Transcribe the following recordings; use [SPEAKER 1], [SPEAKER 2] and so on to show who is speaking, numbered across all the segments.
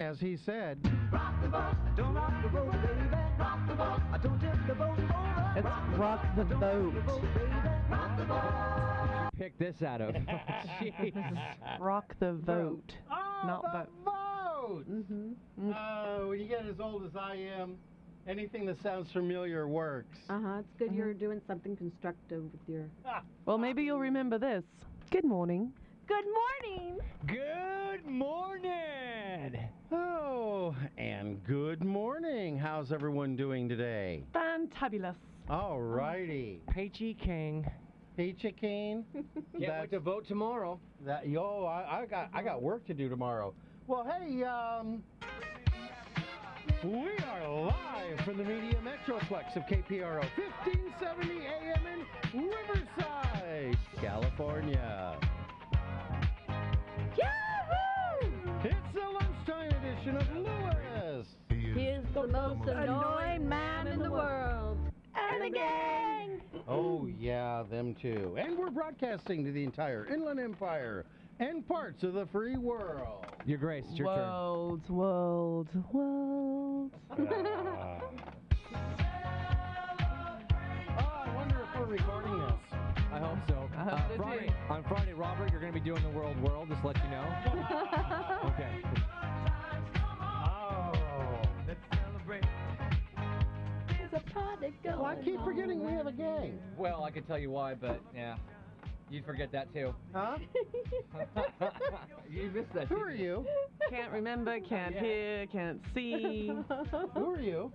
[SPEAKER 1] As he said,
[SPEAKER 2] Rock the boat, don't rock the boat, baby. Rock the boat, I don't tip the boat over.
[SPEAKER 3] It's rock the
[SPEAKER 2] Don't tip the
[SPEAKER 3] boat.
[SPEAKER 2] boat, baby. Rock the boat.
[SPEAKER 4] Pick this out of. Uh,
[SPEAKER 3] Rock the vote.
[SPEAKER 1] Oh,
[SPEAKER 3] Not
[SPEAKER 1] the vote.
[SPEAKER 3] Mm-hmm.
[SPEAKER 1] Oh, when you get as old as I am, anything that sounds familiar works.
[SPEAKER 5] Uh huh. It's good you're doing something constructive with your.
[SPEAKER 3] Well, maybe you'll remember this. Good morning.
[SPEAKER 5] Good morning.
[SPEAKER 4] Good morning.
[SPEAKER 1] Oh, and good morning. How's everyone doing today?
[SPEAKER 3] Fantabulous.
[SPEAKER 1] All righty.
[SPEAKER 4] Peachy King.
[SPEAKER 1] Peachy Keen.
[SPEAKER 4] Can't wait to vote tomorrow.
[SPEAKER 1] That yo, I, I got I got work to do tomorrow. Well, hey, um, we are live from the Media Metroplex of KPRO, 1570 AM in Riverside, California. It's the lunchtime edition of Lewis.
[SPEAKER 5] He is the most annoying man in the world. And the gang.
[SPEAKER 1] Oh yeah, them too. And we're broadcasting to the entire Inland Empire and parts of the free world.
[SPEAKER 4] Your Grace, it's your
[SPEAKER 3] World, world, world.
[SPEAKER 1] Ah. Oh, I wonder if we're recording this.
[SPEAKER 4] turn. I hope so.
[SPEAKER 3] I hope so, too.
[SPEAKER 4] Uh, Friday, on Friday, Robert, you're going to be doing the World World, just let you know. okay.
[SPEAKER 1] Oh.
[SPEAKER 5] There's a party going
[SPEAKER 1] Well, I keep
[SPEAKER 5] on
[SPEAKER 1] forgetting we have a
[SPEAKER 5] around
[SPEAKER 1] gang.
[SPEAKER 4] Well, I could tell you why, but yeah. You'd forget that too.
[SPEAKER 1] Huh?
[SPEAKER 4] you missed that.
[SPEAKER 1] Who are you?
[SPEAKER 3] Can't remember, can't
[SPEAKER 4] Yeah.
[SPEAKER 3] hear, can't see.
[SPEAKER 1] Who are you?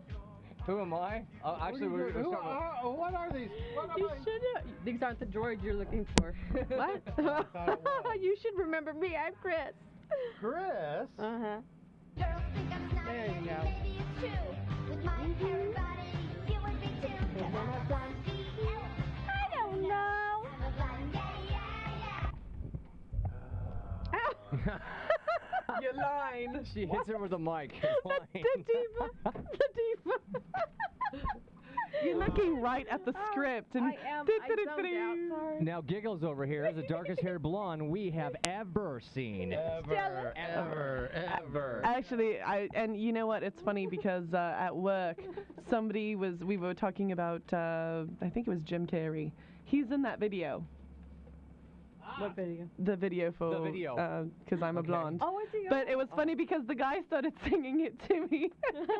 [SPEAKER 4] Who am I? Uh,
[SPEAKER 1] What
[SPEAKER 4] actually,
[SPEAKER 1] are
[SPEAKER 4] we're,
[SPEAKER 1] you-
[SPEAKER 4] we're
[SPEAKER 1] who
[SPEAKER 4] starting with-
[SPEAKER 1] are, uh, what are these? What am
[SPEAKER 5] You
[SPEAKER 1] I-
[SPEAKER 5] should have. These aren't the droids you're looking for.
[SPEAKER 1] thought it was.
[SPEAKER 5] what? you should remember me. I'm Chris.
[SPEAKER 1] Chris?
[SPEAKER 5] Uh huh.
[SPEAKER 6] Girls think I'm snotty,
[SPEAKER 1] There you
[SPEAKER 6] and
[SPEAKER 1] go.
[SPEAKER 6] maybe it's true. With my hair and body, you would be too. 'Cause I'm a blonde BL.
[SPEAKER 5] I don't know.
[SPEAKER 6] I'm a blonde, yeah, yeah, yeah.
[SPEAKER 3] You're lying.
[SPEAKER 4] She hits her with a mic.
[SPEAKER 5] the diva. The diva.
[SPEAKER 3] You're looking right at the script. And
[SPEAKER 5] I am. I zoned out. Sorry.
[SPEAKER 4] now Giggles over here is the darkest haired blonde we have ever seen.
[SPEAKER 1] Ever, ever, ever.
[SPEAKER 3] Actually, I and you know what? It's funny because uh, at work, somebody was we were talking about. Uh, I think it was Jim Carrey. He's in that video.
[SPEAKER 5] What video?
[SPEAKER 3] The video for
[SPEAKER 4] video.
[SPEAKER 3] because I'm a blonde.
[SPEAKER 5] Oh, is he?
[SPEAKER 3] But it was funny because the guy started singing it to me.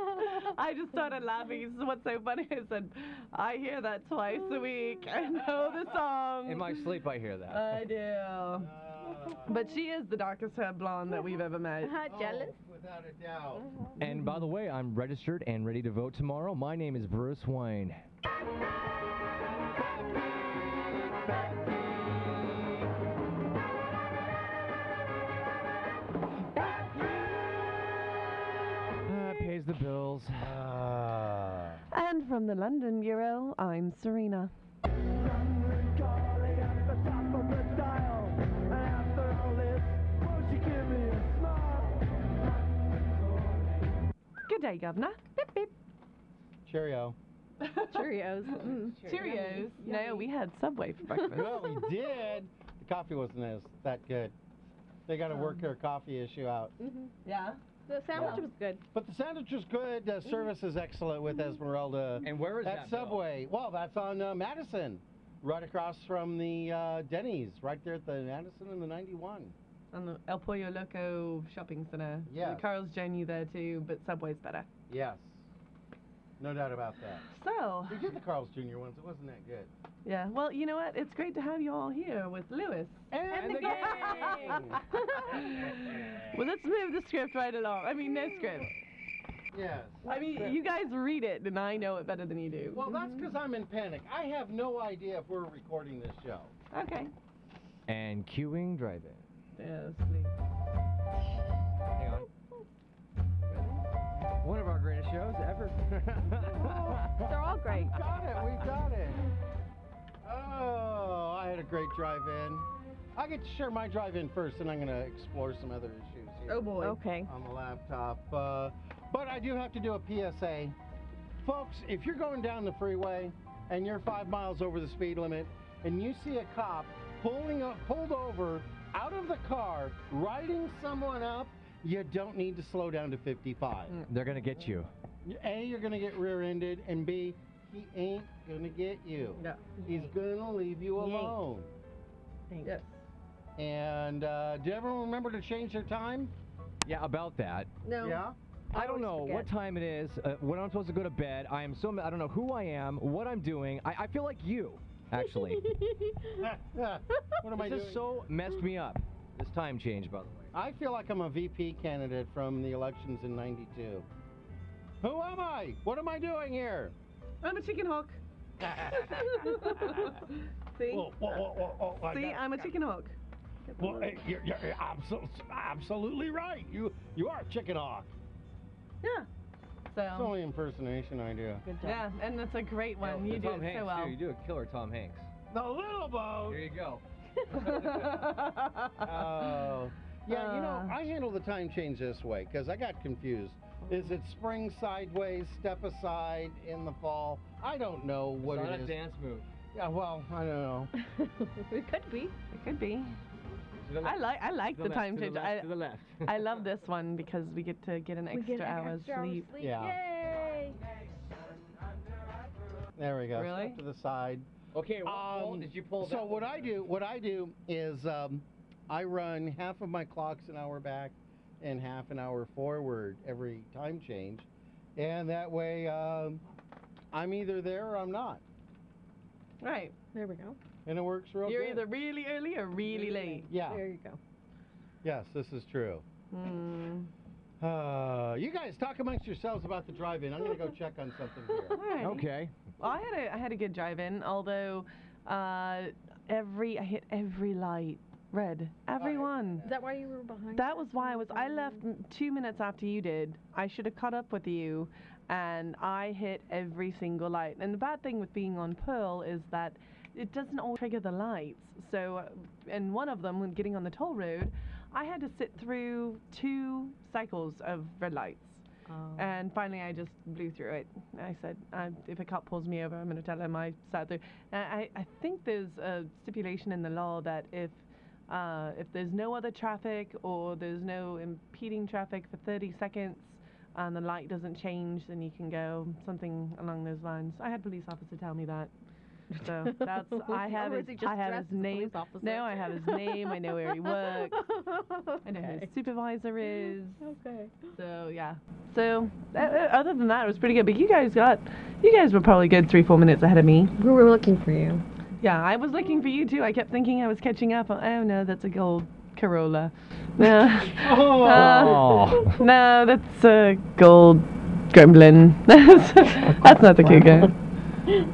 [SPEAKER 3] I just started laughing. He says, "What's so funny?" I said, "I hear that twice a week. I know the song."
[SPEAKER 4] In my sleep, I hear that.
[SPEAKER 3] I do.
[SPEAKER 1] Oh,
[SPEAKER 3] But she is the darkest hair blonde that we've ever met.
[SPEAKER 5] Huh, jealous?
[SPEAKER 1] Without a doubt.
[SPEAKER 4] and by the way, I'm registered and ready to vote tomorrow. My name is Bruce Wayne. Uh, pays the bills.
[SPEAKER 1] Ah.
[SPEAKER 3] And from the London Bureau, I'm Serena. Good day, Governor. Beep, beep.
[SPEAKER 1] Cheerio.
[SPEAKER 5] Cheerios. Mm.
[SPEAKER 3] Cheerios. No, we had Subway for breakfast.
[SPEAKER 1] well, we did. The coffee wasn't as, that good. They got to
[SPEAKER 3] Um.
[SPEAKER 1] work their coffee issue out.
[SPEAKER 3] yeah.
[SPEAKER 5] The sandwich was good.
[SPEAKER 1] But the sandwich was good. Uh, service is excellent with Esmeralda.
[SPEAKER 4] And where is
[SPEAKER 1] That
[SPEAKER 4] that bill?
[SPEAKER 1] subway. Well, that's on uh, Madison, right across from the uh, Denny's, right there at the Madison and the 91.
[SPEAKER 3] And the El Pollo Loco shopping center.
[SPEAKER 1] Yes.
[SPEAKER 3] The Carl's Jr. there too, but Subway's better.
[SPEAKER 1] Yes. No doubt about that.
[SPEAKER 3] So,
[SPEAKER 1] We did the Carl's Jr. ones. It wasn't that good.
[SPEAKER 3] yeah. Well, you know what? It's great to have you all here with Lewis.
[SPEAKER 1] And,
[SPEAKER 3] the Well, let's move the script right along. I mean, no script.
[SPEAKER 1] yes.
[SPEAKER 3] I mean, you guys read it, and I know it better than you do.
[SPEAKER 1] Well, that's because I'm in panic. I have no idea if we're recording this show.
[SPEAKER 3] okay.
[SPEAKER 4] And queuing driving.
[SPEAKER 3] Yeah,
[SPEAKER 4] Hang on. One of our greatest shows ever.
[SPEAKER 5] They're all great.
[SPEAKER 1] Got it. We got it. Oh, I had a great drive in. I get to share my drive in first, and I'm going to explore some other issues here.
[SPEAKER 3] boy.
[SPEAKER 5] Okay.
[SPEAKER 1] on the laptop. Uh, but I do have to do a PSA. Folks, if you're going down the freeway and you're five miles over the speed limit and you see a cop pulling up, pulled over out of the car, riding someone up, you don't need to slow down to 55.
[SPEAKER 4] They're gonna get you.
[SPEAKER 1] A, you're gonna get rear-ended, and B, he ain't gonna get you.
[SPEAKER 3] No.
[SPEAKER 1] He's gonna leave you
[SPEAKER 7] He ain't.
[SPEAKER 1] alone.
[SPEAKER 3] Yes.
[SPEAKER 1] And uh, did everyone remember to change their time?
[SPEAKER 4] Yeah, about that.
[SPEAKER 7] No.
[SPEAKER 1] Yeah.
[SPEAKER 7] I
[SPEAKER 4] I don't
[SPEAKER 7] always
[SPEAKER 4] know what
[SPEAKER 7] forget.
[SPEAKER 4] time it is, uh, when I'm supposed to go to bed. I am so ma- I don't know who I am, what I'm doing. I, I feel like you, actually.
[SPEAKER 1] what am I
[SPEAKER 4] this
[SPEAKER 1] doing?
[SPEAKER 4] has so messed me up. This time change, by the way.
[SPEAKER 1] I feel like I'm a VP candidate from the elections in '92. Who am I? What am I doing here?
[SPEAKER 3] I'm a chicken hawk. See?
[SPEAKER 1] Whoa, whoa, whoa, whoa, whoa, I
[SPEAKER 3] See,
[SPEAKER 1] got-
[SPEAKER 3] I'm a chicken hawk.
[SPEAKER 1] Well, eh, you're, you're, you're abso- absolutely right. You you are a chicken hawk.
[SPEAKER 3] Yeah.
[SPEAKER 1] It's
[SPEAKER 3] So,
[SPEAKER 1] only impersonation I do.
[SPEAKER 7] Good job.
[SPEAKER 3] yeah, and it's a great one.
[SPEAKER 4] Yeah,
[SPEAKER 3] you do
[SPEAKER 4] Oh, Tom
[SPEAKER 3] it
[SPEAKER 4] Hanks,
[SPEAKER 3] so well.
[SPEAKER 4] Too. You do a killer Tom Hanks.
[SPEAKER 1] The little boat.
[SPEAKER 4] Here you go.
[SPEAKER 1] Oh. Yeah, you know,
[SPEAKER 3] Uh.
[SPEAKER 1] I handle the time change this way because I got confused. Is it spring sideways, step aside in the fall? I don't know what
[SPEAKER 4] it's
[SPEAKER 1] it
[SPEAKER 4] not a
[SPEAKER 1] is.
[SPEAKER 4] dance move.
[SPEAKER 1] Yeah, well, I don't know.
[SPEAKER 7] it could be.
[SPEAKER 3] it could be.
[SPEAKER 4] To the
[SPEAKER 3] I
[SPEAKER 4] left,
[SPEAKER 3] like I like
[SPEAKER 4] to
[SPEAKER 3] the
[SPEAKER 4] left,
[SPEAKER 3] time
[SPEAKER 4] to
[SPEAKER 3] change.
[SPEAKER 4] left,
[SPEAKER 3] I,
[SPEAKER 4] to the left.
[SPEAKER 3] I love this one because we get to get an
[SPEAKER 5] We
[SPEAKER 3] extra
[SPEAKER 5] get an
[SPEAKER 3] hour's
[SPEAKER 5] extra hour's
[SPEAKER 3] sleep.
[SPEAKER 1] Yeah.
[SPEAKER 5] Yay.
[SPEAKER 1] There we go.
[SPEAKER 3] Really?
[SPEAKER 1] Step to the side.
[SPEAKER 4] Okay, what poll
[SPEAKER 1] Um,
[SPEAKER 4] did you pull?
[SPEAKER 1] So
[SPEAKER 4] that
[SPEAKER 1] what
[SPEAKER 4] one?
[SPEAKER 1] I do, what I do is um, I run half of my clocks an hour back and half an hour forward every time change, and that way um, I'm either there or I'm not,
[SPEAKER 3] Right.
[SPEAKER 7] There we go.
[SPEAKER 1] and it works real
[SPEAKER 3] You're
[SPEAKER 1] good.
[SPEAKER 3] either really early or really late.
[SPEAKER 1] yeah.
[SPEAKER 7] There you go.
[SPEAKER 1] Yes, this is true.
[SPEAKER 3] Mm.
[SPEAKER 1] Uh, you guys talk amongst yourselves about the drive-in. I'm gonna go check on something here.
[SPEAKER 3] Alrighty.
[SPEAKER 4] Okay.
[SPEAKER 3] Well, I had a I had a good drive in, although uh, every I hit every light
[SPEAKER 5] Oh,
[SPEAKER 3] red, everyone.
[SPEAKER 7] Is that why you were behind?
[SPEAKER 3] That
[SPEAKER 7] us
[SPEAKER 3] was why I
[SPEAKER 7] when
[SPEAKER 3] was.
[SPEAKER 7] we
[SPEAKER 3] I
[SPEAKER 7] were
[SPEAKER 3] left
[SPEAKER 7] leaving?
[SPEAKER 3] m- two minutes after you did. I should have caught up with you, and I hit every single light. And the bad thing with being on Pearl is that it doesn't all trigger the lights. So, uh, and one of them, when getting on the toll road, I had to sit through two cycles of red lights.
[SPEAKER 7] Oh.
[SPEAKER 3] And finally, I just blew through it. I said, I, if a cop pulls me over, I'm going to tell him I sat through. Uh, I, I think there's a stipulation in the law that if uh, if there's no other traffic or there's no impeding traffic for 30 seconds uh, and the light doesn't change, then you can go something along those lines. I had a police officer tell me that. So that's I have
[SPEAKER 7] Or
[SPEAKER 3] his,
[SPEAKER 7] is he
[SPEAKER 3] I
[SPEAKER 7] just
[SPEAKER 3] have
[SPEAKER 7] dressed
[SPEAKER 3] his
[SPEAKER 7] as a
[SPEAKER 3] name.
[SPEAKER 7] police officer?
[SPEAKER 3] No, I have his name. I know where he works. I know who
[SPEAKER 7] okay.
[SPEAKER 3] his supervisor is.
[SPEAKER 7] Okay.
[SPEAKER 3] So yeah. So uh, uh, other than that, it was pretty good. But you guys got, you guys were probably good three, four minutes ahead of me.
[SPEAKER 7] We were looking for you.
[SPEAKER 3] Yeah, I was looking for you too. I kept thinking I was catching up. Oh no, that's a gold Corolla. No.
[SPEAKER 1] Oh.
[SPEAKER 3] Uh, no, that's a gold Gremlin. that's not the Cougar. That's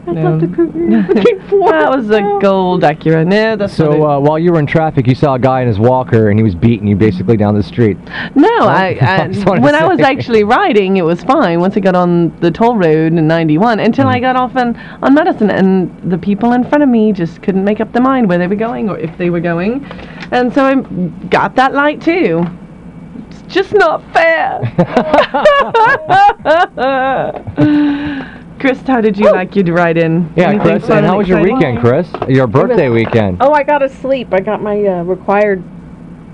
[SPEAKER 3] not the Cougar. that was a gold Acura. No, that's not it.
[SPEAKER 4] So uh, while you were in traffic, you saw a guy in his walker, and he was beating you basically down the street.
[SPEAKER 3] No, I,
[SPEAKER 4] I
[SPEAKER 3] I
[SPEAKER 4] just wanted to
[SPEAKER 3] when I was
[SPEAKER 4] say.
[SPEAKER 3] actually riding, it was fine. Once I got on the toll road in '91, until
[SPEAKER 4] Mm.
[SPEAKER 3] I got off on, on Madison, and the people in front of me just couldn't make up their mind where they were going or if they were going, and so I got that light too. It's just not fair. Chris, how did you like your ride in?
[SPEAKER 4] Yeah,
[SPEAKER 3] Anything
[SPEAKER 4] Chris.
[SPEAKER 3] fun
[SPEAKER 4] And how was your
[SPEAKER 3] exciting?
[SPEAKER 4] weekend, Chris? Your birthday weekend.
[SPEAKER 7] Oh, I got to sleep. I got my uh, required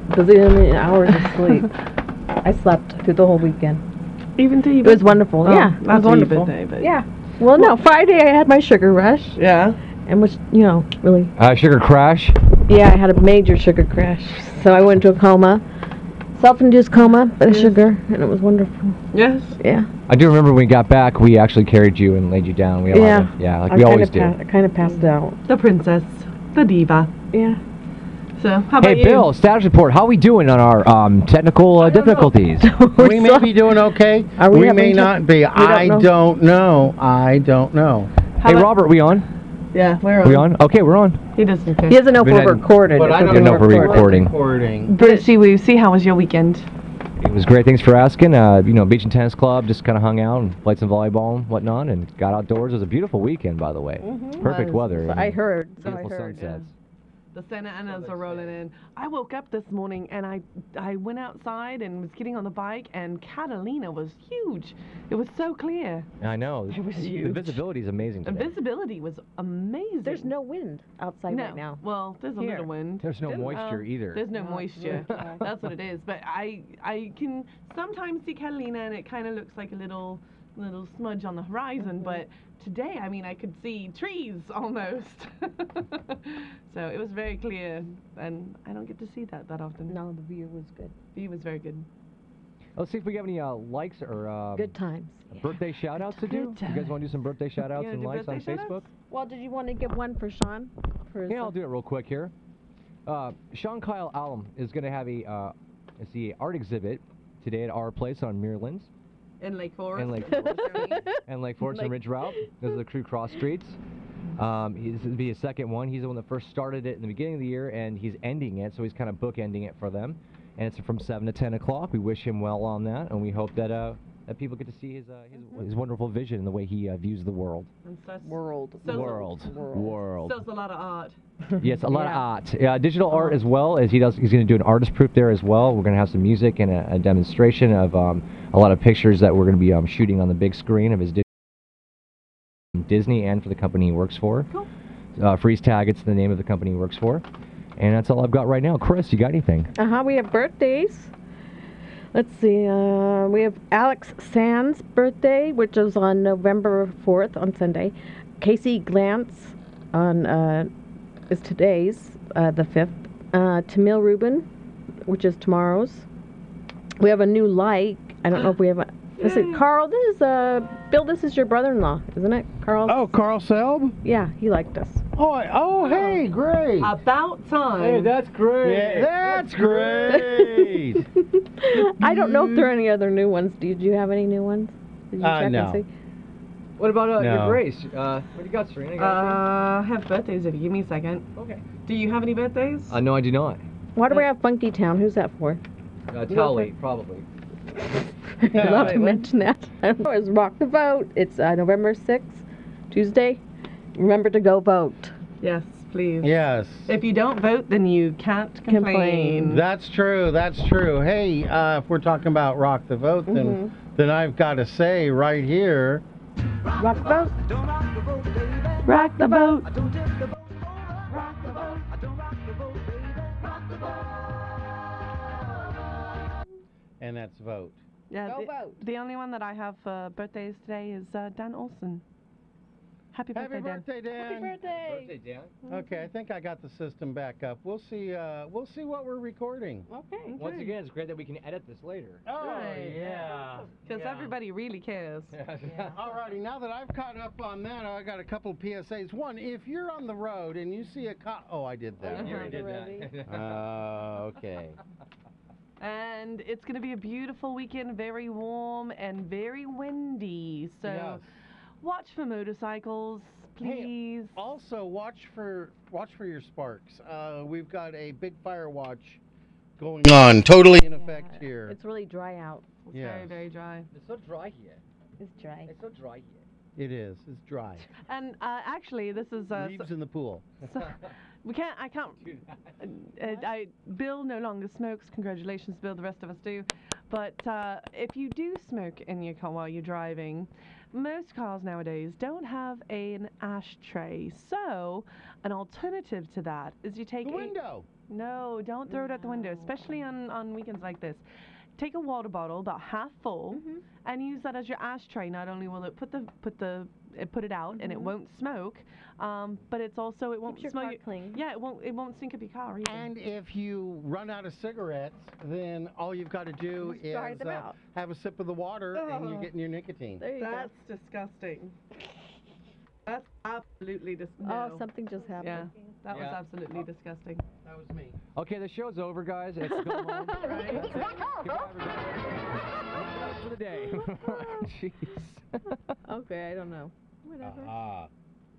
[SPEAKER 7] bazillion hours of sleep. I slept through the whole weekend.
[SPEAKER 3] Even though you
[SPEAKER 7] It was wonderful.
[SPEAKER 3] Oh,
[SPEAKER 7] yeah, it
[SPEAKER 3] not till
[SPEAKER 7] was
[SPEAKER 3] your
[SPEAKER 7] wonderful.
[SPEAKER 3] birthday, but-
[SPEAKER 7] Yeah. Well, no, Friday I had my sugar rush,
[SPEAKER 3] Yeah.
[SPEAKER 7] and which you know really,
[SPEAKER 3] Oh.
[SPEAKER 4] Uh, sugar crash.
[SPEAKER 7] yeah, I had a major sugar crash. So I went into a coma, self-induced coma, but sugar, and it was wonderful.
[SPEAKER 3] Yes.
[SPEAKER 7] Yeah.
[SPEAKER 4] I do remember when we got back, we actually carried you and laid you down. We all
[SPEAKER 7] Yeah.
[SPEAKER 4] did. yeah, like
[SPEAKER 7] I
[SPEAKER 4] we
[SPEAKER 7] kinda
[SPEAKER 4] always do.
[SPEAKER 7] pa- I kind of passed out.
[SPEAKER 3] The princess, the diva.
[SPEAKER 7] Yeah.
[SPEAKER 3] So how about
[SPEAKER 4] Hey,
[SPEAKER 3] you?
[SPEAKER 4] Bill, status report. How we doing on our um, technical uh, difficulties?
[SPEAKER 1] We may be doing okay.
[SPEAKER 7] Are we
[SPEAKER 1] we
[SPEAKER 7] having
[SPEAKER 1] may
[SPEAKER 7] to-
[SPEAKER 1] not be. I
[SPEAKER 7] know.
[SPEAKER 1] don't know. I don't know.
[SPEAKER 3] How
[SPEAKER 4] hey,
[SPEAKER 3] about-
[SPEAKER 4] Robert, we on?
[SPEAKER 3] Yeah, we're
[SPEAKER 4] We on? Okay, we're on.
[SPEAKER 3] He doesn't care.
[SPEAKER 7] He doesn't know if
[SPEAKER 4] We
[SPEAKER 7] we're
[SPEAKER 4] hadn't-
[SPEAKER 7] recorded.
[SPEAKER 1] But I
[SPEAKER 7] if
[SPEAKER 1] don't
[SPEAKER 7] we're
[SPEAKER 4] know
[SPEAKER 1] know
[SPEAKER 4] if we're
[SPEAKER 7] recorded.
[SPEAKER 4] recording.
[SPEAKER 1] Recording.
[SPEAKER 3] Brucey Woosey, how was your weekend?
[SPEAKER 4] It was great. Thanks for asking. Uh, you know, beach and tennis club. Just kind of hung out and played some volleyball and whatnot, and got outdoors. It was a beautiful weekend, by the way. Perfect
[SPEAKER 3] Was.
[SPEAKER 4] weather.
[SPEAKER 7] So I
[SPEAKER 4] and
[SPEAKER 7] heard. So I
[SPEAKER 4] Beautiful
[SPEAKER 7] heard.
[SPEAKER 4] sunsets.
[SPEAKER 3] The Santa Anas
[SPEAKER 1] they
[SPEAKER 3] are rolling
[SPEAKER 1] say.
[SPEAKER 3] in. I woke up this morning and I I went outside and was getting on the bike and Catalina was huge. It was so clear.
[SPEAKER 4] I know.
[SPEAKER 8] It was
[SPEAKER 4] The
[SPEAKER 8] huge.
[SPEAKER 4] visibility is amazing.
[SPEAKER 3] The
[SPEAKER 4] today.
[SPEAKER 3] visibility was amazing.
[SPEAKER 8] There's no wind outside
[SPEAKER 3] no.
[SPEAKER 8] right now.
[SPEAKER 3] Well, there's a
[SPEAKER 8] Here.
[SPEAKER 3] little wind.
[SPEAKER 4] There's no
[SPEAKER 3] Didn't-
[SPEAKER 4] moisture
[SPEAKER 3] well,
[SPEAKER 4] either.
[SPEAKER 3] There's no
[SPEAKER 8] No, it's really
[SPEAKER 3] moisture.
[SPEAKER 8] dry.
[SPEAKER 3] That's what it is. But I I can sometimes see Catalina and it kind of looks like a little little smudge on the
[SPEAKER 8] Mm-hmm.
[SPEAKER 3] horizon. But today, I mean, I could see trees almost. so it was very clear, and I don't get to see that that often.
[SPEAKER 8] No, the view was good.
[SPEAKER 3] view was very good.
[SPEAKER 4] Let's see if we have any uh, likes or um,
[SPEAKER 8] Good times.
[SPEAKER 4] birthday shout outs to do. You guys want to do some birthday shout outs
[SPEAKER 3] wanna
[SPEAKER 4] and
[SPEAKER 3] do
[SPEAKER 4] likes on
[SPEAKER 3] birthday
[SPEAKER 4] Facebook?
[SPEAKER 3] shout-outs?
[SPEAKER 8] Well, did you want to give one for Sean? For his
[SPEAKER 4] Yeah, I'll
[SPEAKER 8] son?
[SPEAKER 4] do it real quick here. Uh, Sean Kyle Alum is going to have a uh, it's the art exhibit today at our place on Muirlands
[SPEAKER 3] In Lake Forest.
[SPEAKER 4] In Lake
[SPEAKER 3] Forest.
[SPEAKER 4] and Lake Forest and Ridge Route. Those are the crew cross streets. Um, he's this will be his second one. He's the one that first started it in the beginning of the year, and he's ending it, so he's kind of bookending it for them. And it's from seven to ten o'clock. We wish him well on that, and we hope that uh, that people get to see his uh, his,
[SPEAKER 3] Mm-hmm.
[SPEAKER 4] his wonderful vision and the way he uh, views the world.
[SPEAKER 3] and such.
[SPEAKER 8] World.
[SPEAKER 3] So-
[SPEAKER 4] world, world.
[SPEAKER 3] So it's a lot of art.
[SPEAKER 4] Yes, a lot
[SPEAKER 8] Yeah.
[SPEAKER 4] of art. Uh, digital art as well. As he does, he's going to do an artist proof there as well. We're going to have some music and a, a demonstration of um, a lot of pictures that we're going to be um, shooting on the big screen of his di- Disney and for the company he works for.
[SPEAKER 3] Cool.
[SPEAKER 4] Uh, Freeze Tag, it's the name of the company he works for. And that's all I've got right now. Chris, you got anything?
[SPEAKER 7] Uh huh. We have birthdays. Let's see. Uh, we have Alex Sands' birthday, which is on November 4th on Sunday. Casey Glantz on uh, is today's uh, the 5th. Uh, Tamil Rubin, which is tomorrow's. We have a new like. I don't know if we have a. This is Carl. This is uh, Bill. This is your brother-in-law, isn't it, Carl?
[SPEAKER 1] Oh, Carl Selb?
[SPEAKER 7] yeah, he liked us.
[SPEAKER 1] Oh, I- oh hey, great.
[SPEAKER 3] About time.
[SPEAKER 4] that's great.
[SPEAKER 1] Yeah, that's great.
[SPEAKER 7] I don't know if there are any other new ones. Did you have any new ones? Did
[SPEAKER 1] Mm.
[SPEAKER 7] you
[SPEAKER 1] Uh,
[SPEAKER 7] check
[SPEAKER 1] no.
[SPEAKER 7] and see?
[SPEAKER 4] What about uh,
[SPEAKER 1] your No.
[SPEAKER 4] Grace? Uh, what do you got, Serena?
[SPEAKER 3] Uh, I have birthdays if you give me a second.
[SPEAKER 4] okay.
[SPEAKER 3] Do you have any birthdays?
[SPEAKER 4] Uh, no, I do not.
[SPEAKER 7] Why
[SPEAKER 1] Uh,
[SPEAKER 7] do we have Funky Town? Who's that for?
[SPEAKER 4] Uh, Tally, probably.
[SPEAKER 7] I love to mention that. I don't know. It's Rock the Vote. It's uh, November 6th, Tuesday. Remember to go vote.
[SPEAKER 3] yes, please.
[SPEAKER 1] yes.
[SPEAKER 3] If you don't vote, then you can't complain.
[SPEAKER 7] Complain.
[SPEAKER 1] That's true. That's true. Hey, uh, if we're talking about rock the vote, then then I've got to say right here.
[SPEAKER 7] Rock the Vote.
[SPEAKER 2] Don't rock the boat, baby.
[SPEAKER 3] Rock the boat.
[SPEAKER 2] I don't tip the boat. Rock the boat. I don't rock the boat, baby. Rock the boat.
[SPEAKER 1] And that's vote.
[SPEAKER 3] Yeah,
[SPEAKER 7] Go
[SPEAKER 3] the,
[SPEAKER 7] vote.
[SPEAKER 3] The only one that I have for birthdays today is uh, Dan Olson. Happy birthday,
[SPEAKER 1] Happy
[SPEAKER 3] Dan.
[SPEAKER 1] birthday, Dan.
[SPEAKER 7] birthday.
[SPEAKER 1] Okay, I think I got the system back up. We'll see. Uh, we'll see what we're recording.
[SPEAKER 7] Okay.
[SPEAKER 4] Once again, it's great that we can edit this later.
[SPEAKER 1] Oh
[SPEAKER 3] Right.
[SPEAKER 1] yeah.
[SPEAKER 3] Because everybody really cares.
[SPEAKER 1] Alrighty, now that I've caught up on that, I got a couple PSAs. One, if you're on the road and you see a cop, oh, I did
[SPEAKER 7] Uh-huh.
[SPEAKER 1] that.
[SPEAKER 3] you already
[SPEAKER 1] one. Uh, okay.
[SPEAKER 3] And it's going to be a beautiful weekend, very warm and very windy. So
[SPEAKER 1] Yes.
[SPEAKER 3] watch for motorcycles,
[SPEAKER 1] Hey,
[SPEAKER 3] please.
[SPEAKER 1] Also, watch for watch for your sparks. Uh, we've got a big fire watch going on, totally in effect here.
[SPEAKER 7] It's really dry out.
[SPEAKER 3] it's
[SPEAKER 1] yes.
[SPEAKER 3] very, very dry.
[SPEAKER 4] It's so dry here.
[SPEAKER 7] It's dry.
[SPEAKER 4] It's so dry here.
[SPEAKER 1] It is. It's dry.
[SPEAKER 3] And uh, actually, this is uh,
[SPEAKER 1] Leaves in the pool.
[SPEAKER 3] So, we can't. I can't. Uh, I, Bill no longer smokes. Congratulations, Bill. The rest of us do. But uh, if you do smoke in your car while you're driving, most cars nowadays don't have an ashtray. So, an alternative to that is you take
[SPEAKER 1] The
[SPEAKER 3] a-
[SPEAKER 1] window.
[SPEAKER 3] no, don't throw it out the window, especially on, on weekends like this. Take a water bottle about half full
[SPEAKER 7] Mm-hmm.
[SPEAKER 3] and use that as your ashtray. Not only will it put the put the it put it out and it won't smoke, um, but it's also it won't
[SPEAKER 7] Mm-hmm. Keeps your
[SPEAKER 3] smell
[SPEAKER 7] car
[SPEAKER 3] your-
[SPEAKER 7] clean.
[SPEAKER 3] Yeah, it won't it won't stink up your car either.
[SPEAKER 1] And if you run out of cigarettes, then all you've got to do
[SPEAKER 7] Just dry
[SPEAKER 1] is
[SPEAKER 7] them
[SPEAKER 1] uh,
[SPEAKER 7] out. Oh.
[SPEAKER 1] have a sip of the water, and you're
[SPEAKER 3] Ugh.
[SPEAKER 1] getting your nicotine.
[SPEAKER 7] There you go.
[SPEAKER 3] disgusting. That's absolutely disgusting.
[SPEAKER 7] Oh, something just happened.
[SPEAKER 3] yeah, that was
[SPEAKER 4] Yeah.
[SPEAKER 3] absolutely disgusting.
[SPEAKER 1] That was me.
[SPEAKER 4] Okay, the show's over, guys. It's go home. That's it. Goodbye, everybody. That's for the day. Jeez.
[SPEAKER 7] Okay, I don't know. Uh-huh. Whatever.
[SPEAKER 3] Mm-hmm.
[SPEAKER 1] Ah,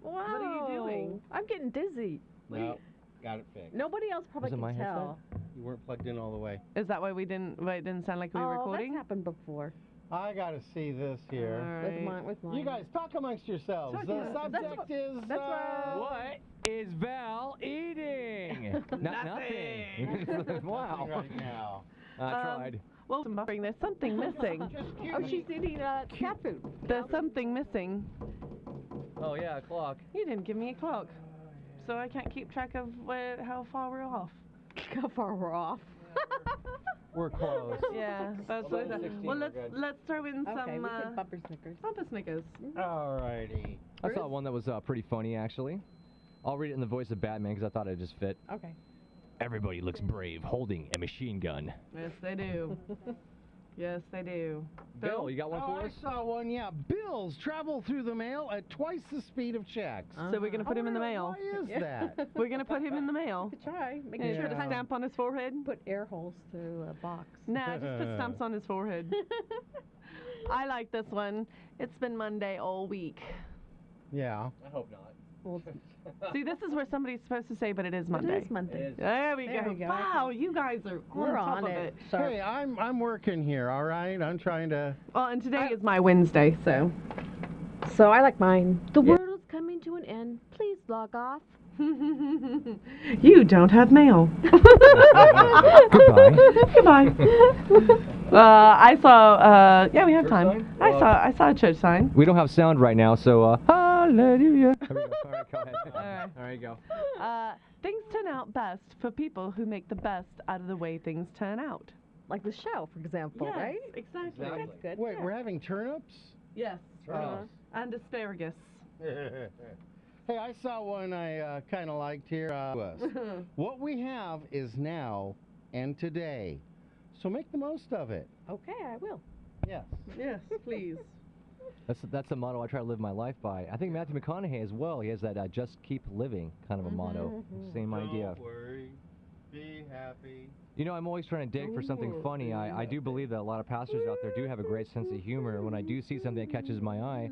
[SPEAKER 7] wow.
[SPEAKER 3] are you doing?
[SPEAKER 7] I'm getting dizzy.
[SPEAKER 1] no, got it fixed.
[SPEAKER 7] Nobody else probably
[SPEAKER 4] it
[SPEAKER 7] can
[SPEAKER 4] my headset?
[SPEAKER 7] tell.
[SPEAKER 1] You weren't plugged in all the way.
[SPEAKER 3] Is that why we didn't? Why it didn't sound like we were
[SPEAKER 7] oh,
[SPEAKER 3] recording?
[SPEAKER 7] that's happened before.
[SPEAKER 1] I gotta see this here.
[SPEAKER 8] With
[SPEAKER 3] All right.
[SPEAKER 8] mine, with mine.
[SPEAKER 1] You guys talk amongst yourselves.
[SPEAKER 3] Talk
[SPEAKER 1] The
[SPEAKER 3] amongst-
[SPEAKER 1] subject
[SPEAKER 3] that's what-
[SPEAKER 1] is
[SPEAKER 8] that's
[SPEAKER 1] uh,
[SPEAKER 4] What is Val eating? Not nothing. wow.
[SPEAKER 1] right now.
[SPEAKER 4] I
[SPEAKER 3] Um,
[SPEAKER 4] tried.
[SPEAKER 3] Well, some buffering. There's something missing.
[SPEAKER 1] Just give
[SPEAKER 8] Oh,
[SPEAKER 1] me-
[SPEAKER 8] she's eating uh, cat food.
[SPEAKER 3] There's something missing.
[SPEAKER 4] Oh yeah, a clock.
[SPEAKER 3] You didn't give me a clock, so I can't keep track of where, how far we're off.
[SPEAKER 8] How far we're off.
[SPEAKER 1] We're close.
[SPEAKER 3] Yeah, that's
[SPEAKER 4] Although
[SPEAKER 3] what.
[SPEAKER 4] it's
[SPEAKER 3] I-
[SPEAKER 4] 16,
[SPEAKER 3] Well,
[SPEAKER 4] we're
[SPEAKER 3] let's
[SPEAKER 4] good.
[SPEAKER 3] let's throw in
[SPEAKER 8] okay,
[SPEAKER 3] some
[SPEAKER 8] we can
[SPEAKER 3] uh,
[SPEAKER 8] bumper Snickers.
[SPEAKER 3] bumper Snickers.
[SPEAKER 1] Alrighty.
[SPEAKER 4] I saw one that was uh, pretty funny actually. I'll read it in the voice of Batman because I thought it just fit.
[SPEAKER 8] Okay.
[SPEAKER 4] Everybody looks brave holding a machine gun.
[SPEAKER 3] Yes, they do. yes, they do.
[SPEAKER 4] Bill, you got one
[SPEAKER 1] Oh,
[SPEAKER 4] for
[SPEAKER 1] I
[SPEAKER 4] us?
[SPEAKER 1] saw one. Yeah, bills travel through the mail at twice the speed of checks.
[SPEAKER 3] So we're gonna put
[SPEAKER 1] I
[SPEAKER 3] him in the
[SPEAKER 1] wonder
[SPEAKER 3] mail.
[SPEAKER 1] Why is that?
[SPEAKER 3] We're gonna put him in the mail.
[SPEAKER 8] Could try. Make
[SPEAKER 3] And
[SPEAKER 8] sure
[SPEAKER 3] try to
[SPEAKER 1] Yeah.
[SPEAKER 3] stamp on his forehead.
[SPEAKER 8] to put air holes through a box.
[SPEAKER 3] Nah, just put stamps on his forehead. I like this one. It's been Monday all week.
[SPEAKER 1] yeah.
[SPEAKER 4] I hope not.
[SPEAKER 8] Well,
[SPEAKER 3] See, this is where somebody's supposed to say, but it is Monday.
[SPEAKER 8] It is Monday.
[SPEAKER 3] There we
[SPEAKER 8] There
[SPEAKER 3] go.
[SPEAKER 8] we go.
[SPEAKER 3] Wow, you guys are on
[SPEAKER 8] We're
[SPEAKER 3] top
[SPEAKER 8] on
[SPEAKER 3] of
[SPEAKER 8] it.
[SPEAKER 3] it.
[SPEAKER 1] Hey, I'm I'm working here. All right. I'm trying to.
[SPEAKER 3] Well, and today is my Wednesday, so.
[SPEAKER 7] So I like mine.
[SPEAKER 8] The world is coming to an end. Please log off.
[SPEAKER 3] you don't have mail.
[SPEAKER 4] Goodbye.
[SPEAKER 3] Goodbye. uh, I saw. Uh, yeah, we have
[SPEAKER 4] Church
[SPEAKER 3] time.
[SPEAKER 4] sign? Uh,
[SPEAKER 3] I
[SPEAKER 4] Well-
[SPEAKER 3] saw. I saw a church sign.
[SPEAKER 4] We don't have sound right now, so uh, hallelujah. There we go. All right, go ahead. All
[SPEAKER 3] right.
[SPEAKER 4] There you go.
[SPEAKER 3] Uh, things turn out best for people who make the best out of the way things turn out.
[SPEAKER 8] Like the show, for example, right?
[SPEAKER 3] Exactly.
[SPEAKER 4] Exactly.
[SPEAKER 8] That's good.
[SPEAKER 1] Wait,
[SPEAKER 8] yeah.
[SPEAKER 1] we're having turnips.
[SPEAKER 3] Yes. Uh,
[SPEAKER 1] Turnips.
[SPEAKER 3] And asparagus.
[SPEAKER 1] hey, I saw one I uh, kind of liked here. Uh, was, what we have is now and today, so make the most of it.
[SPEAKER 8] Okay, I will.
[SPEAKER 1] Yes.
[SPEAKER 3] Yes, please.
[SPEAKER 4] That's that's a motto I try to live my life by. I think Matthew McConaughey as well. He has that uh, "just keep living" kind of a motto. Same idea.
[SPEAKER 1] worry, be happy.
[SPEAKER 4] You know, I'm always trying to dig for something funny. I, I do believe that a lot of pastors out there do have a great sense of humor. When I do see something that catches my eye,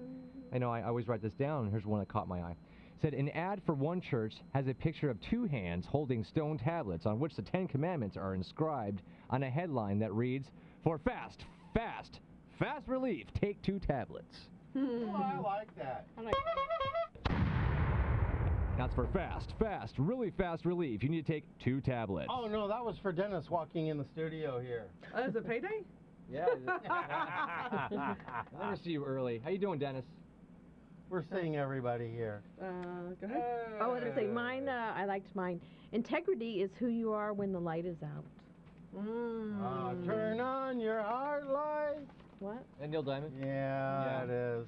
[SPEAKER 4] I know I always write this down. Here's one that caught my eye. Said an ad for one church has a picture of two hands holding stone tablets on which the Ten Commandments are inscribed on a headline that reads, "For fast, fast, fast relief, take two tablets."
[SPEAKER 8] Mm-hmm.
[SPEAKER 1] Oh, I like that.
[SPEAKER 4] That's for fast, fast, really fast relief. You need to take two tablets.
[SPEAKER 1] Oh no, that was for Dennis walking in the studio here.
[SPEAKER 3] Oh, is it payday?
[SPEAKER 4] Yeah. I never see you early. How you doing, Dennis?
[SPEAKER 1] We're seeing everybody here.
[SPEAKER 8] Uh, go ahead. Oh, I was gonna say mine. Uh, I liked mine. Integrity is who you are when the light is out.
[SPEAKER 4] Uh,
[SPEAKER 3] Mm.
[SPEAKER 1] Ah, turn on your heart light.
[SPEAKER 8] What?
[SPEAKER 4] And Neil Diamond.
[SPEAKER 1] Yeah, it is.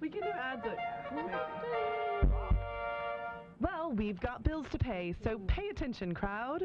[SPEAKER 3] We can do ads. Well, we've got bills to pay, so pay attention, crowd.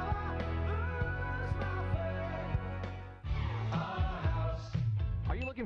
[SPEAKER 4] Are you looking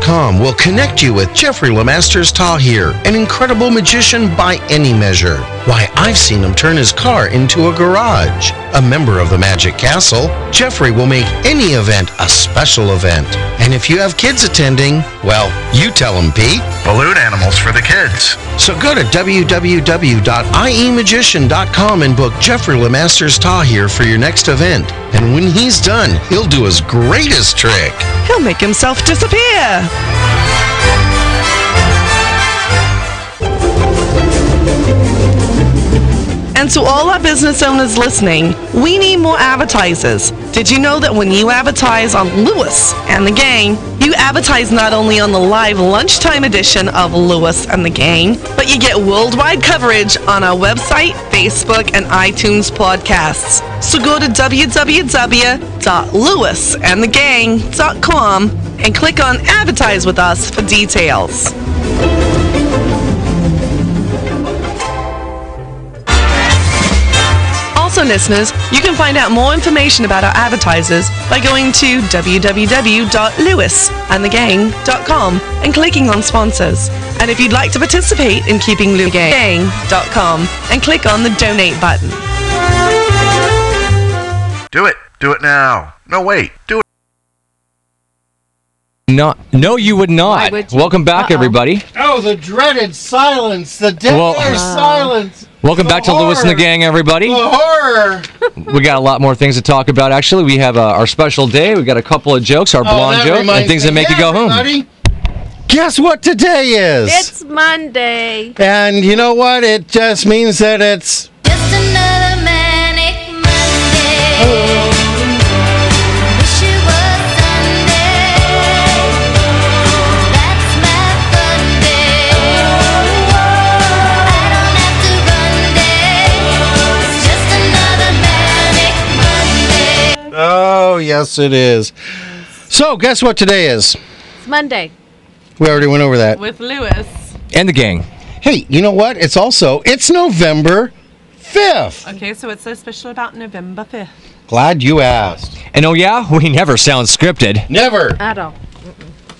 [SPEAKER 9] Com will connect you with Jeffrey Lemasters Tahir, an incredible magician by any measure. Why, I've seen him turn his car into a garage. A member of the Magic Castle, Jeffrey will make any event a special event. And if you have kids attending, well, you tell them, Pete. Balloon animals for the kids. So go to e www.iemagician.com and book Jeffrey Lemasters Tahir for your next event. And when he's done, he'll do his greatest trick.
[SPEAKER 10] He'll make himself disappear. And to all our business owners listening, we need more advertisers. Did you know that when you advertise on Lewis and the Gang, You advertise not only on the live lunchtime edition of Lewis and the Gang, but you get worldwide coverage on our website, Facebook, and iTunes podcasts. So go to www.lewisandthegang.com and click on Advertise with Us for details. Also, listeners, you can find out more information about our advertisers by going to www.lewisandthegang.com and clicking on sponsors. And if you'd like to participate in keeping Lewis and the gang.com and click on the donate button.
[SPEAKER 11] Do it. Do it now. No, wait. Do it.
[SPEAKER 4] Not. No, you would
[SPEAKER 1] Why
[SPEAKER 4] not.
[SPEAKER 1] would you?
[SPEAKER 4] Welcome back,
[SPEAKER 1] Uh-oh.
[SPEAKER 4] everybody.
[SPEAKER 1] Oh, the dreaded silence, the dead
[SPEAKER 4] Well- uh,
[SPEAKER 1] air silence.
[SPEAKER 4] Welcome back to Lewis and the Gang, everybody.
[SPEAKER 1] The horror.
[SPEAKER 4] we got a lot more things to talk about. Actually, we have uh, our special day. We got a couple of jokes, our blonde
[SPEAKER 1] Oh, that
[SPEAKER 4] joke, and
[SPEAKER 1] reminds
[SPEAKER 4] things that
[SPEAKER 1] me.
[SPEAKER 4] make you
[SPEAKER 1] Yeah,
[SPEAKER 4] go home.
[SPEAKER 1] everybody. Guess what today is?
[SPEAKER 5] It's Monday.
[SPEAKER 1] and you know what? It just means that it's Oh, yes, it is. So, guess what today is?
[SPEAKER 5] It's Monday.
[SPEAKER 1] We already went over that.
[SPEAKER 3] With Lewis.
[SPEAKER 4] And the gang.
[SPEAKER 1] Hey, you know what? It's also it's November 5th.
[SPEAKER 3] Okay, so what's so special about November 5th?
[SPEAKER 1] Glad you asked.
[SPEAKER 4] And oh yeah, we never sound scripted.
[SPEAKER 1] Never.
[SPEAKER 3] At all.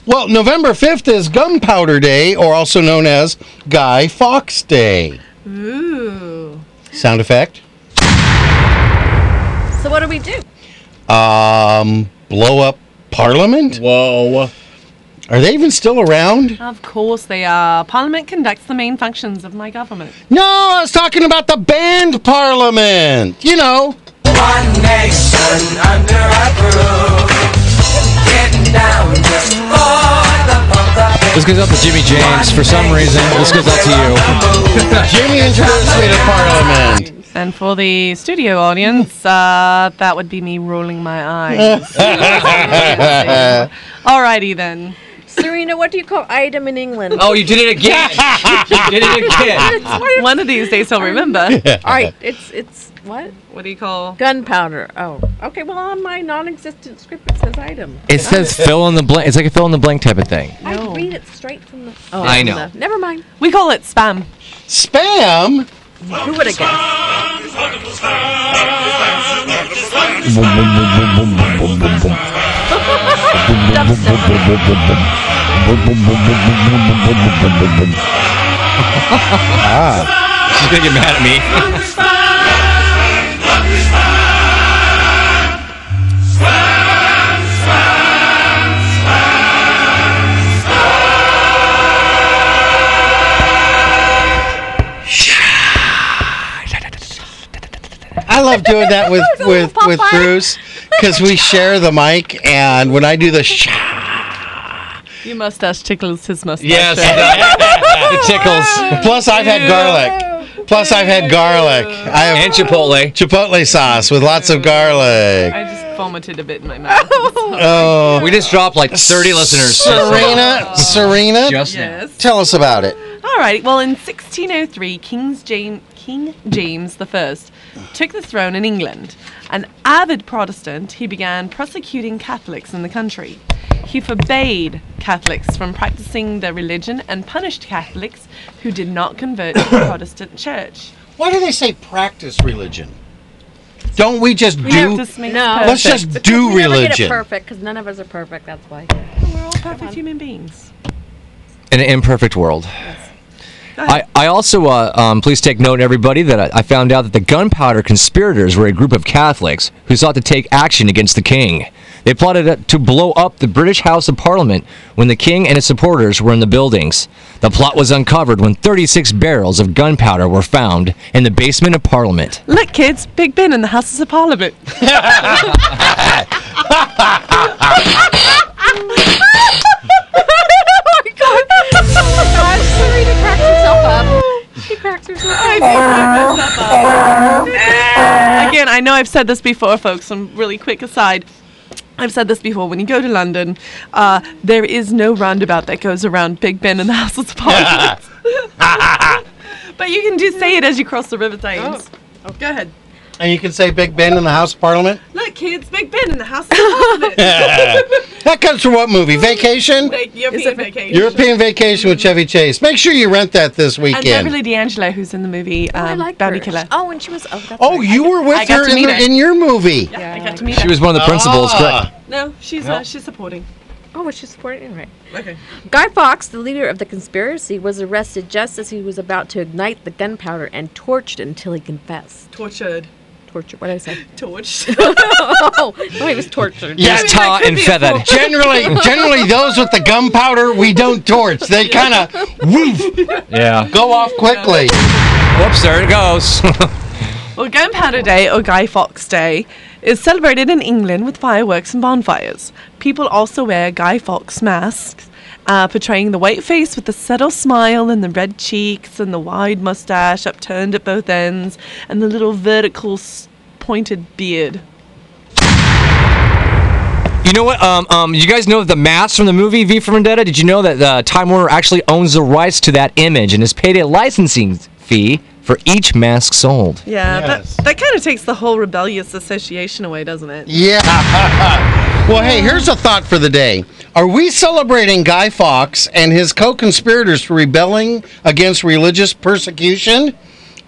[SPEAKER 1] Well, November 5th is Gunpowder Day, or also known as Guy Fawkes Day.
[SPEAKER 5] Ooh.
[SPEAKER 1] Sound effect?
[SPEAKER 5] So what do we do?
[SPEAKER 1] Um, blow up Parliament? Whoa. Are they even still around?
[SPEAKER 3] Of course they are. Parliament conducts the main functions of my government.
[SPEAKER 1] No, I was talking about the band Parliament. You know.
[SPEAKER 2] One nation under our roof. Getting down just for the
[SPEAKER 4] This goes out to Jimmy James for some reason. This goes out to you.
[SPEAKER 1] Jimmy introduced me to Parliament.
[SPEAKER 3] And for the studio audience, uh, that would be me rolling my eyes. Alrighty then.
[SPEAKER 5] Serena, what do you call item in England?
[SPEAKER 3] Oh, you did it again.
[SPEAKER 4] You did it again.
[SPEAKER 3] One of these days he'll remember.
[SPEAKER 5] All right, it's it's what?
[SPEAKER 3] What do you call
[SPEAKER 5] gunpowder? Oh, okay. Well, on my non-existent script it says item.
[SPEAKER 4] It says fill in the blank. It's like a fill in the blank type of thing.
[SPEAKER 5] I read it straight from the.
[SPEAKER 4] Oh. I know.
[SPEAKER 5] never mind.
[SPEAKER 3] We call it spam.
[SPEAKER 1] Spam?
[SPEAKER 5] Who would have guessed?
[SPEAKER 4] ah. She's gonna get mad at me.
[SPEAKER 1] I love doing that with with with Bruce because we share the mic, and when I do the sh
[SPEAKER 3] Your mustache tickles his mustache.
[SPEAKER 1] Yes,
[SPEAKER 4] it tickles.
[SPEAKER 1] Plus, I've had garlic. Plus, I've had garlic. I have
[SPEAKER 4] and chipotle,
[SPEAKER 1] chipotle sauce with lots of garlic.
[SPEAKER 3] I just vomited a bit in my mouth.
[SPEAKER 1] Oh,
[SPEAKER 4] we just dropped like 30 listeners.
[SPEAKER 1] Serena, Serena,
[SPEAKER 4] Just
[SPEAKER 3] now.
[SPEAKER 1] tell us about it.
[SPEAKER 3] All right. Well, in 1603, King's James, King James I took the throne in England. An avid Protestant, he began prosecuting Catholics in the country. He forbade Catholics from practicing their religion and punished Catholics who did not convert to the Protestant church.
[SPEAKER 1] Why do they say practice religion? Don't we just
[SPEAKER 3] We
[SPEAKER 1] do?
[SPEAKER 3] have this makes
[SPEAKER 5] No.
[SPEAKER 3] perfect.
[SPEAKER 1] Let's just do
[SPEAKER 5] we never get it
[SPEAKER 1] religion.
[SPEAKER 5] perfect because none of us are perfect. That's why.
[SPEAKER 3] We're all perfect human beings.
[SPEAKER 4] in an imperfect world. I, I also, uh, um, please take note, everybody, that I, I found out that the gunpowder conspirators were a group of Catholics who sought to take action against the king. They plotted to blow up the British House of Parliament when the king and his supporters were in the buildings. The plot was uncovered when 36 barrels of gunpowder were found in the basement of Parliament.
[SPEAKER 3] Look, kids, Big Ben in the Houses of Parliament. Oh
[SPEAKER 5] Gosh, Serena cracks herself up. um, She cracks herself up.
[SPEAKER 3] Again, I know I've said this before, folks. Some really quick aside. I've said this before. When you go to London, uh, there is no roundabout that goes around Big Ben and the House of Parliament. but you can do say it as you cross the River Thames.
[SPEAKER 5] Oh.
[SPEAKER 3] Oh, Go ahead.
[SPEAKER 1] And you can say Big Ben in the House of Parliament.
[SPEAKER 3] Look, kids, Big Ben in the House of Parliament.
[SPEAKER 1] that comes from what movie? Vacation?
[SPEAKER 3] Like European vacation.
[SPEAKER 1] European Vacation with Chevy Chase. Make sure you rent that this
[SPEAKER 3] And
[SPEAKER 1] weekend.
[SPEAKER 3] Beverly D'Angelo, who's in the movie um, Bounty Killer.
[SPEAKER 7] Oh, and she was. Oh, that's
[SPEAKER 1] Oh, you were
[SPEAKER 3] I
[SPEAKER 1] with
[SPEAKER 3] got
[SPEAKER 1] her
[SPEAKER 3] to
[SPEAKER 1] in,
[SPEAKER 3] meet
[SPEAKER 1] the,
[SPEAKER 3] her.
[SPEAKER 1] in your movie.
[SPEAKER 3] Yeah, I got to meet
[SPEAKER 4] She was one of the principals,
[SPEAKER 1] Ah.
[SPEAKER 4] correct?
[SPEAKER 3] No, she's
[SPEAKER 7] No.
[SPEAKER 3] Uh, she's supporting.
[SPEAKER 7] Oh, was she supporting? Right.
[SPEAKER 3] Okay.
[SPEAKER 7] Guy Fawkes, the leader of the conspiracy, was arrested just as he was about to ignite the gunpowder and torched until he confessed.
[SPEAKER 3] Tortured.
[SPEAKER 7] Tortured. What did I say?
[SPEAKER 3] Torched.
[SPEAKER 7] oh, no, he was tortured.
[SPEAKER 1] generally, generally those with the gunpowder we don't torch. They kind of woof
[SPEAKER 4] Yeah.
[SPEAKER 1] go off quickly.
[SPEAKER 4] Whoops, there it goes.
[SPEAKER 3] Well, Gunpowder Day or Guy Fawkes Day is celebrated in England with fireworks and bonfires. People also wear Guy Fawkes masks, uh, portraying the white face with the subtle smile and the red cheeks and the wide mustache upturned at both ends and the little vertical s- pointed beard.
[SPEAKER 4] You know what? Um, um, you guys know the mask from the movie V for Vendetta? Did you know that uh, Time Warner actually owns the rights to that image and has paid a licensing fee for each mask sold?
[SPEAKER 3] Yeah, that, that kind of takes the whole rebellious association away, doesn't it?
[SPEAKER 1] Yeah. well, hey, here's a thought for the day. Are we celebrating Guy Fawkes and his co conspirators for rebelling against religious persecution?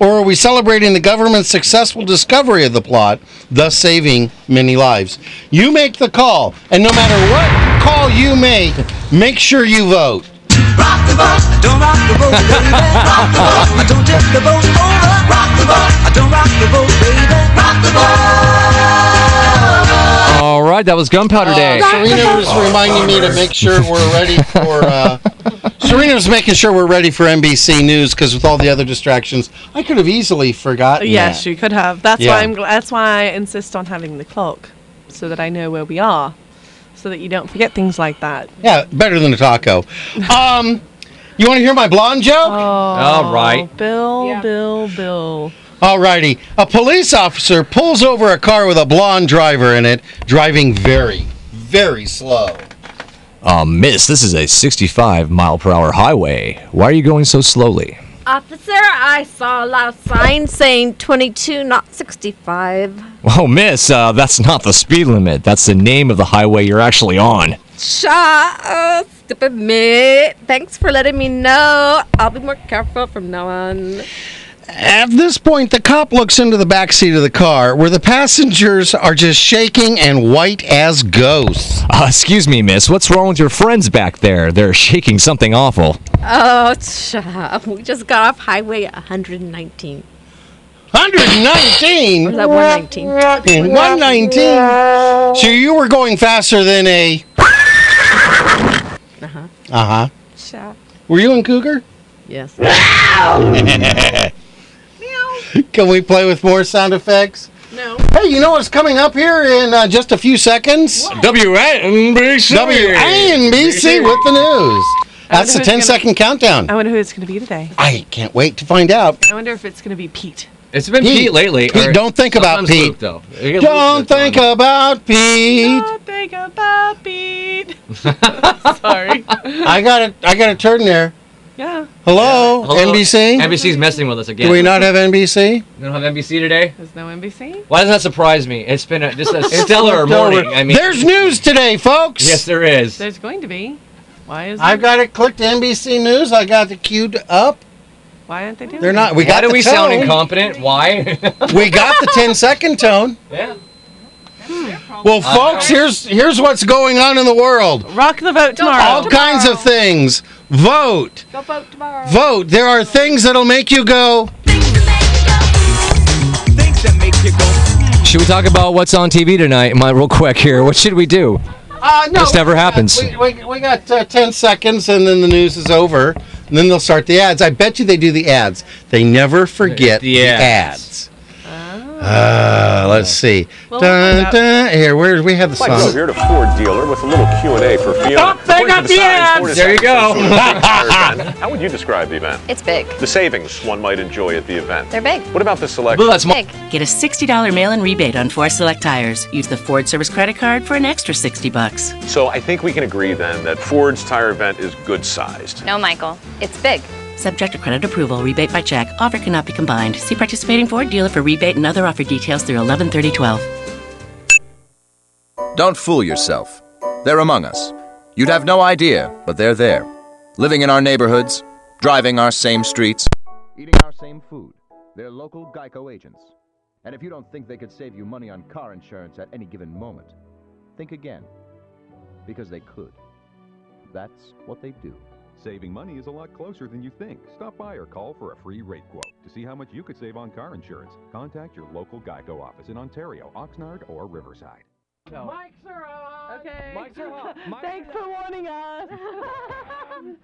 [SPEAKER 1] Or are we celebrating the government's successful discovery of the plot, thus saving many lives? You make the call, and no matter what call you make, make sure you vote.
[SPEAKER 12] Rock the boat, I don't rock the boat, baby. Rock the boat, I don't tip the boat over. Rock the boat, I don't rock the boat, baby. Rock the boat.
[SPEAKER 4] All right, that was Gunpowder Day.
[SPEAKER 1] Serena was reminding me to make sure we're ready for. Uh, Serena was making sure we're ready for NBC News because with all the other distractions, I could have easily forgotten.
[SPEAKER 3] Yes,
[SPEAKER 1] that.
[SPEAKER 3] you could have. That's
[SPEAKER 1] Yeah.
[SPEAKER 3] why I'm. Gl- that's why I insist on having the clock, so that I know where we are, so that you don't forget things like that.
[SPEAKER 1] Yeah, better than a taco. Um, you want to hear my blonde joke?
[SPEAKER 7] Oh.
[SPEAKER 3] All
[SPEAKER 1] right.
[SPEAKER 3] Oh, Bill, Bill, Bill.
[SPEAKER 1] Alrighty. A police officer pulls over a car with a blonde driver in it, driving very, very slow.
[SPEAKER 4] Uh, miss, this is a 65 mile per hour highway. Why are you going so slowly?
[SPEAKER 7] Officer, I saw a loud sign saying 22, not 65.
[SPEAKER 4] Oh, miss, uh, that's not the speed limit. That's the name of the highway you're actually on.
[SPEAKER 7] Shut up, stupid me. Thanks for letting me know. I'll be more careful from now on.
[SPEAKER 1] At this point, the cop looks into the back seat of the car, where the passengers are just shaking and white as ghosts.
[SPEAKER 4] Uh, excuse me, miss, what's wrong with your friends back there? They're shaking something awful.
[SPEAKER 7] Oh, shut up. We just got off Highway 119.
[SPEAKER 1] 119.
[SPEAKER 7] Or is that 119?
[SPEAKER 1] In 119. So you were going faster than a. Uh huh. Uh huh. Were you in Cougar?
[SPEAKER 7] Yes.
[SPEAKER 1] Can we play with more sound effects?
[SPEAKER 7] No.
[SPEAKER 1] Hey, you know what's coming up here in uh, just a few seconds?
[SPEAKER 4] WNBC.
[SPEAKER 1] WNBC with the news.
[SPEAKER 3] I
[SPEAKER 1] That's
[SPEAKER 3] wonder
[SPEAKER 1] the
[SPEAKER 3] who's
[SPEAKER 1] 10 second
[SPEAKER 3] gonna-
[SPEAKER 1] countdown.
[SPEAKER 3] I wonder who it's going to be today.
[SPEAKER 1] I can't wait to find out.
[SPEAKER 3] I wonder if it's going to be Pete.
[SPEAKER 4] It's been
[SPEAKER 1] Pete lately, Pete, or don't think about sometimes Pete. Luke,
[SPEAKER 4] though.
[SPEAKER 1] Don't think about Pete.
[SPEAKER 3] Don't think about Pete. Sorry.
[SPEAKER 1] I got a, I got a turn there.
[SPEAKER 3] Yeah.
[SPEAKER 1] Hello, NBC.
[SPEAKER 4] NBC's messing with us again.
[SPEAKER 1] Do we not have NBC?
[SPEAKER 4] You don't have NBC today?
[SPEAKER 3] There's no NBC.
[SPEAKER 4] Why does that surprise me? It's been a, just a
[SPEAKER 1] It's
[SPEAKER 4] stellar
[SPEAKER 1] flipped
[SPEAKER 4] morning.
[SPEAKER 1] over.
[SPEAKER 4] I mean,
[SPEAKER 1] there's news today, folks.
[SPEAKER 4] yes, there is.
[SPEAKER 3] There's going to be. Why is?
[SPEAKER 1] I've got it clicked to NBC News. I got it queued up.
[SPEAKER 3] Why aren't they doing?
[SPEAKER 1] They're not. We
[SPEAKER 4] Why
[SPEAKER 1] got
[SPEAKER 4] do
[SPEAKER 1] the
[SPEAKER 4] we
[SPEAKER 1] tone.
[SPEAKER 4] sound incompetent? Why?
[SPEAKER 1] We got the 10 second tone.
[SPEAKER 4] yeah.
[SPEAKER 1] Well, folks, here's here's what's going on in the world.
[SPEAKER 3] Rock the vote tomorrow.
[SPEAKER 1] All kinds of things. Vote.
[SPEAKER 13] Go vote tomorrow.
[SPEAKER 1] Vote. There are things that'll make you go.
[SPEAKER 4] Should we talk about what's on TV tonight? My real quick here. What should we do?
[SPEAKER 1] Uh, no,
[SPEAKER 4] This never
[SPEAKER 1] we got-
[SPEAKER 4] happens.
[SPEAKER 1] we, we, we got uh, 10 seconds and then the news is over. And then they'll start the ads. I bet you they do the ads. They never forget the,
[SPEAKER 4] The ads.
[SPEAKER 1] ads.
[SPEAKER 9] Uh, let's see.
[SPEAKER 14] Well, we'll
[SPEAKER 9] dun,
[SPEAKER 14] find out.
[SPEAKER 9] dun, here, where we have the
[SPEAKER 14] Mike Rowe
[SPEAKER 9] song?
[SPEAKER 14] here to Ford dealer with a little Q and A for Fiona.
[SPEAKER 9] Don't bang
[SPEAKER 14] According to
[SPEAKER 9] up the
[SPEAKER 14] signs, Ford
[SPEAKER 9] ads!
[SPEAKER 14] is
[SPEAKER 9] There you
[SPEAKER 14] having some
[SPEAKER 9] go.
[SPEAKER 14] sort of entire event. How would you describe the event?
[SPEAKER 15] It's big.
[SPEAKER 14] The savings one might enjoy at the event.
[SPEAKER 15] They're big.
[SPEAKER 14] What about the selection?
[SPEAKER 15] Get a $60 mail-in rebate on four select tires. Use the Ford Service credit card for an extra 60 bucks.
[SPEAKER 14] So I think we can agree then that Ford's tire event is good sized.
[SPEAKER 15] No, Michael. It's big. Subject to credit approval, rebate by check. Offer cannot be combined. See participating Ford dealer for rebate and other offer details through 113012.
[SPEAKER 16] Don't fool yourself. They're among us. You'd have no idea, but they're there. Living in our neighborhoods, driving our same streets.
[SPEAKER 17] Eating our same food. They're local Geico agents. And if you don't think they could save you money on car insurance at any given moment, think again. Because they could. That's what they do.
[SPEAKER 12] Saving money is a lot closer than you think. Stop by or call for a free rate quote to see how much you could save on car insurance. Contact your local Geico office in Ontario, Oxnard, or Riverside.
[SPEAKER 3] Mics are on. Okay.
[SPEAKER 2] Mics are on. Mics
[SPEAKER 3] Thanks for warning us.
[SPEAKER 1] Um,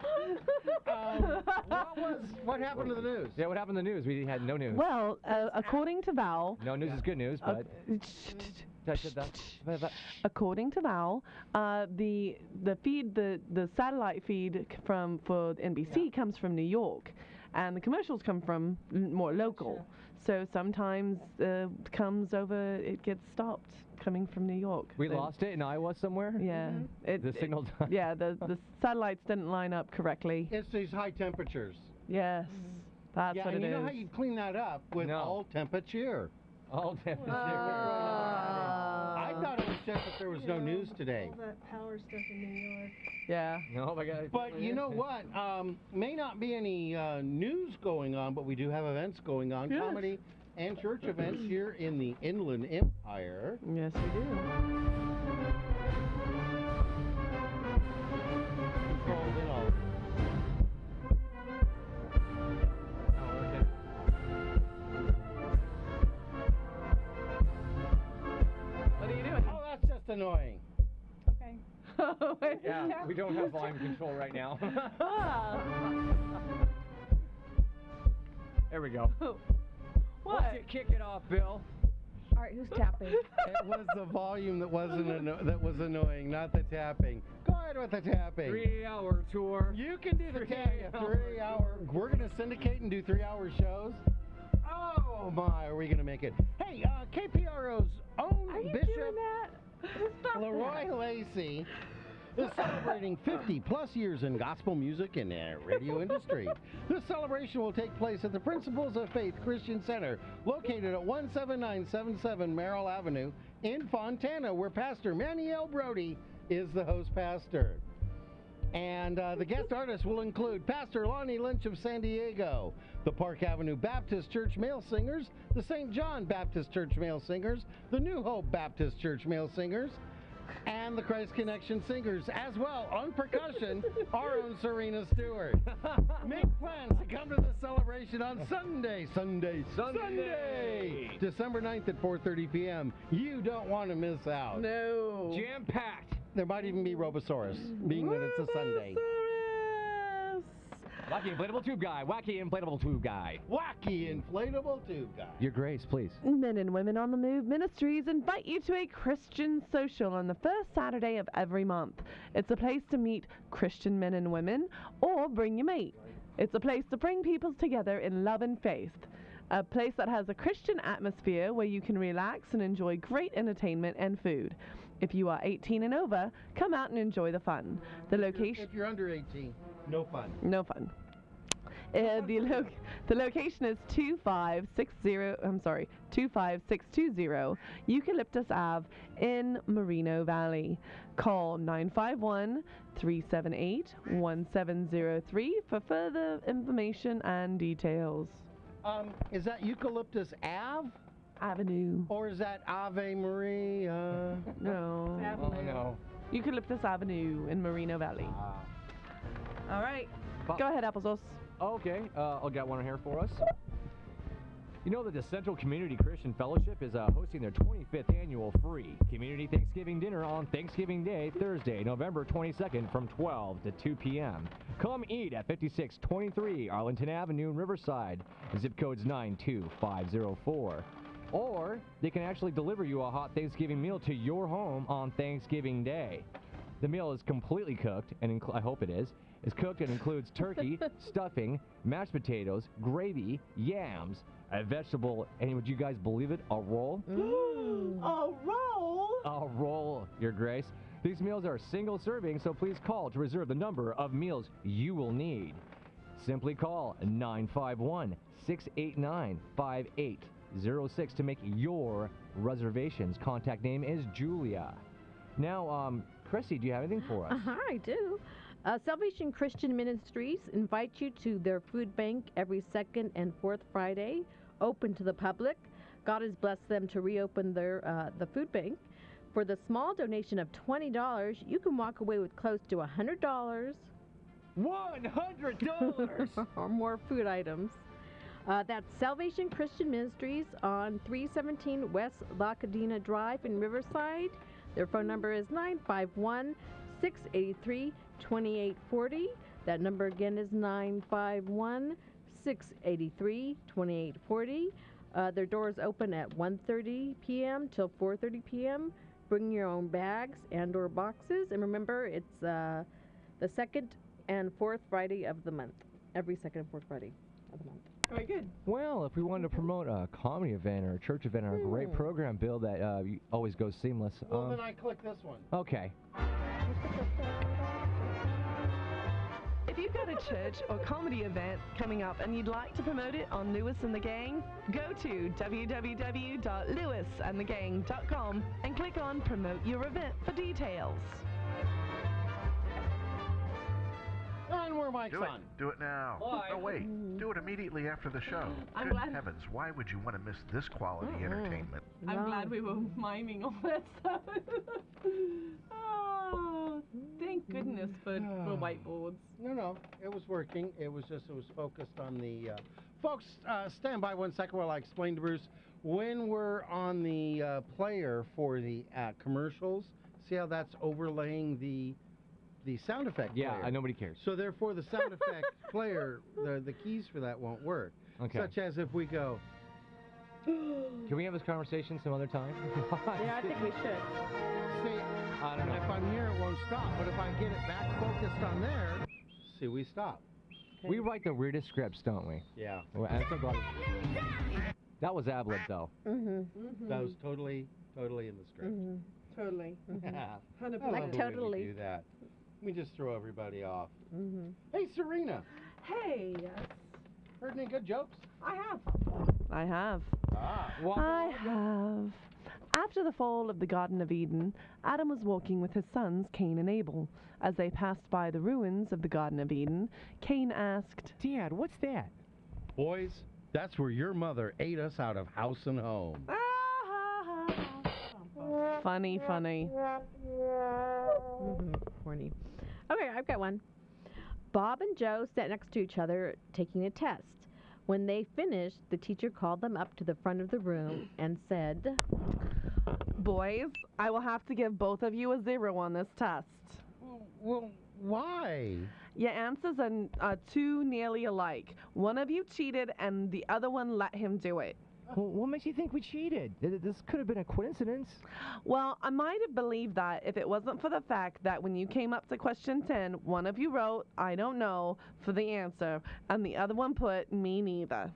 [SPEAKER 1] What was? What happened to the news?
[SPEAKER 4] Yeah, what happened to the news? We had no news.
[SPEAKER 3] well, uh, according to Val, uh,
[SPEAKER 4] no news is good news, but. Did I said that? But- but-
[SPEAKER 3] according to Val, uh, the the feed the the satellite feed c- from for NBC comes from New York, and the commercials come from l- more local. So sometimes uh, comes over, it gets stopped coming from New York.
[SPEAKER 4] We
[SPEAKER 3] So-
[SPEAKER 4] lost it in Iowa somewhere?
[SPEAKER 3] Yeah.
[SPEAKER 1] Mm-hmm.
[SPEAKER 3] It-
[SPEAKER 4] the
[SPEAKER 3] it-
[SPEAKER 4] signal.
[SPEAKER 3] yeah, the the satellites didn't line up correctly.
[SPEAKER 1] It's these high temperatures.
[SPEAKER 3] Yes,
[SPEAKER 1] Mm-hmm.
[SPEAKER 3] that's
[SPEAKER 1] yeah,
[SPEAKER 3] what
[SPEAKER 1] and
[SPEAKER 3] it
[SPEAKER 1] you know how
[SPEAKER 3] is.
[SPEAKER 1] you clean that up with all temperature.
[SPEAKER 4] All temperature.
[SPEAKER 3] Uh.
[SPEAKER 1] I thought it was just that there was no news today.
[SPEAKER 18] All that power stuff in New York.
[SPEAKER 3] Yeah.
[SPEAKER 4] No, I got
[SPEAKER 1] But you know what? Um, may not be any uh, news going on, but we do have events going on,
[SPEAKER 3] Yes.
[SPEAKER 1] comedy and church events here in the Inland Empire.
[SPEAKER 3] Yes, we do. What are you doing?
[SPEAKER 1] Oh, that's just annoying.
[SPEAKER 3] Okay.
[SPEAKER 4] Yeah, we don't have volume control right now. there we go.
[SPEAKER 3] What?
[SPEAKER 4] Kick it off, Bill.
[SPEAKER 18] All right, who's tapping?
[SPEAKER 1] it was the volume that wasn't anno- that was annoying, not the tapping. Go ahead with the tapping.
[SPEAKER 4] Three-hour tour.
[SPEAKER 1] You can do the tapping. Three-hour. We're gonna syndicate and do three-hour shows. Oh my, are we gonna make it? Hey, uh, KPRO's own Bishop Leroy Lacey is celebrating 50 plus years in gospel music and uh, radio industry. This celebration will take place at the Principles of Faith Christian Center, located at 17977 Merrill Avenue in Fontana, where Pastor Maniel Brody is the host pastor. And uh, the guest artists will include Pastor Lonnie Lynch of San Diego, the Park Avenue Baptist Church Male Singers, the St. John Baptist Church Male Singers, the New Hope Baptist Church Male Singers, and the Christ Connection Singers, as well on percussion, our own Serena Stewart. Make plans to come to the celebration on Sunday, Sunday, Sunday, December 9th at 4:30 p.m. You don't want to miss out.
[SPEAKER 3] No.
[SPEAKER 4] Jam packed.
[SPEAKER 1] There might even be Robosaurus, being that it's a Sunday.
[SPEAKER 4] Wacky inflatable tube guy. Wacky inflatable tube guy.
[SPEAKER 1] Wacky inflatable tube guy.
[SPEAKER 4] Your grace, please.
[SPEAKER 3] Men and Women on the Move Ministries invite you to a Christian social on the first Saturday of every month. It's a place to meet Christian men and women or bring your mate. It's a place to bring people together in love and faith. A place that has a Christian atmosphere where you can relax and enjoy great entertainment and food. If you are 18 and over, come out and enjoy the fun. The location.
[SPEAKER 1] If you're under 18, no fun.
[SPEAKER 3] No fun. Uh, the, lo- the location is 2560, I'm sorry, 25620 Eucalyptus Ave in Moreno Valley. Call 951 378 1703 for further information and details.
[SPEAKER 1] Um, is that Eucalyptus Ave?
[SPEAKER 3] Avenue.
[SPEAKER 1] Or is that Ave Maria?
[SPEAKER 3] No. Eucalyptus Avenue in Moreno Valley. All right. Go ahead, Applesauce.
[SPEAKER 4] Okay, uh, I'll get one here for us. You know that the Central Community Christian Fellowship is uh, hosting their 25th annual free community Thanksgiving dinner on Thanksgiving Day, Thursday, November 22nd from 12 to 2 p.m. Come eat at 5623 Arlington Avenue in Riverside, zip codes 92504. Or they can actually deliver you a hot Thanksgiving meal to your home on Thanksgiving Day. The meal is completely cooked, and incl- I hope it is. Is cooked and includes turkey, stuffing, mashed potatoes, gravy, yams, a vegetable, and would you guys believe it? A roll.
[SPEAKER 2] A roll?
[SPEAKER 4] I'll roll, Your Grace. These meals are single serving, so please call to reserve the number of meals you will need. Simply call 951 689 5806 to make your reservations. Contact name is Julia. Now, um, Chrissy, do you have anything for us?
[SPEAKER 7] Uh-huh, I do. Uh, Salvation Christian Ministries invite you to their food bank every second and fourth Friday, open to the public. God has blessed them to reopen their uh, the food bank. For the small donation of twenty dollars, you can walk away with close to hundred dollars.
[SPEAKER 4] One hundred dollars
[SPEAKER 7] or more food items. Uh, that's Salvation Christian Ministries on 317 West Lacadena Drive in Riverside. Their phone number is 951 683 2840. That number again is 951 683 2840. Uh, their doors open at 1:30 p.m. till 4:30 p.m. Bring your own bags and/or boxes, and remember it's uh, the second and fourth Friday of the month. Every second and fourth Friday of the month.
[SPEAKER 3] Very good.
[SPEAKER 4] Well, if we wanted to promote a comedy event or a church event or a great program, Bill, that uh, you- always goes seamless.
[SPEAKER 1] Hmm. Well,
[SPEAKER 4] um,
[SPEAKER 1] then I click this one.
[SPEAKER 4] okay.
[SPEAKER 3] If you've got a church or comedy event coming up and you'd like to promote it on Lewis and the Gang, go to www.lewisandthegang.com and click on Promote Your Event for details.
[SPEAKER 1] And we're Mike's
[SPEAKER 11] do it.
[SPEAKER 1] on.
[SPEAKER 11] Do it now.
[SPEAKER 1] Live.
[SPEAKER 11] No, wait. Do it immediately after the show.
[SPEAKER 3] I'm
[SPEAKER 11] Good
[SPEAKER 3] glad-
[SPEAKER 11] heavens, why would you want to miss this quality
[SPEAKER 3] Mm-mm.
[SPEAKER 11] entertainment?
[SPEAKER 3] I'm glad we were miming all that stuff. oh, thank goodness for, for whiteboards.
[SPEAKER 1] No, no, it was working. It was just it was focused on the uh, folks. Uh, stand by one second while I explain to Bruce when we're on the uh, player for the uh, commercials. See how that's overlaying the the sound effect.
[SPEAKER 4] Yeah,
[SPEAKER 1] player.
[SPEAKER 4] uh, nobody cares.
[SPEAKER 1] So therefore, the sound effect player, the the keys for that won't work.
[SPEAKER 4] Okay.
[SPEAKER 1] Such as if we go.
[SPEAKER 4] Can we have this conversation some other time?
[SPEAKER 1] Yeah, I think we should. See,
[SPEAKER 4] I don't
[SPEAKER 1] and
[SPEAKER 4] know.
[SPEAKER 1] if I'm here, it won't stop. But if I get it back focused on there, see, we stop.
[SPEAKER 4] We write the weirdest scripts, don't we?
[SPEAKER 1] Yeah.
[SPEAKER 4] Well, I'm so glad- That was ad lib, though.
[SPEAKER 1] Mm-hmm.
[SPEAKER 3] Mhm.
[SPEAKER 1] That was totally, totally in the script.
[SPEAKER 3] Mm-hmm. Totally. Mm-hmm.
[SPEAKER 1] Yeah.
[SPEAKER 3] Hundred
[SPEAKER 1] I love
[SPEAKER 3] percent.
[SPEAKER 1] the way we do that. We just throw everybody off.
[SPEAKER 7] Mm-hmm.
[SPEAKER 1] Hey, Serena.
[SPEAKER 3] Hey, yes.
[SPEAKER 1] Heard any good jokes?
[SPEAKER 3] I have. I have.
[SPEAKER 1] Ah.
[SPEAKER 3] I have. After the fall of the Garden of Eden, Adam was walking with his sons Cain and Abel. As they passed by the ruins of the Garden of Eden, Cain asked,
[SPEAKER 4] Dad, what's that?
[SPEAKER 1] Boys, that's where your mother ate us out of house and home.
[SPEAKER 3] Ah. Funny, funny.
[SPEAKER 7] Horny. Okay, I've got one. Bob and Joe sat next to each other taking a test. When they finished, the teacher called them up to the front of the room and said,
[SPEAKER 3] Boys, I will have to give both of you a zero on this test.
[SPEAKER 1] Well, why?
[SPEAKER 3] Your answers are, n- are too nearly alike. One of you cheated, and the other one let him do it.
[SPEAKER 4] Well, what makes you think we cheated? Th- th- This could have been a coincidence.
[SPEAKER 3] Well, I might have believed that if it wasn't for the fact that when you came up to question 10, one of you wrote, I don't know, for the answer, and the other one put, me neither.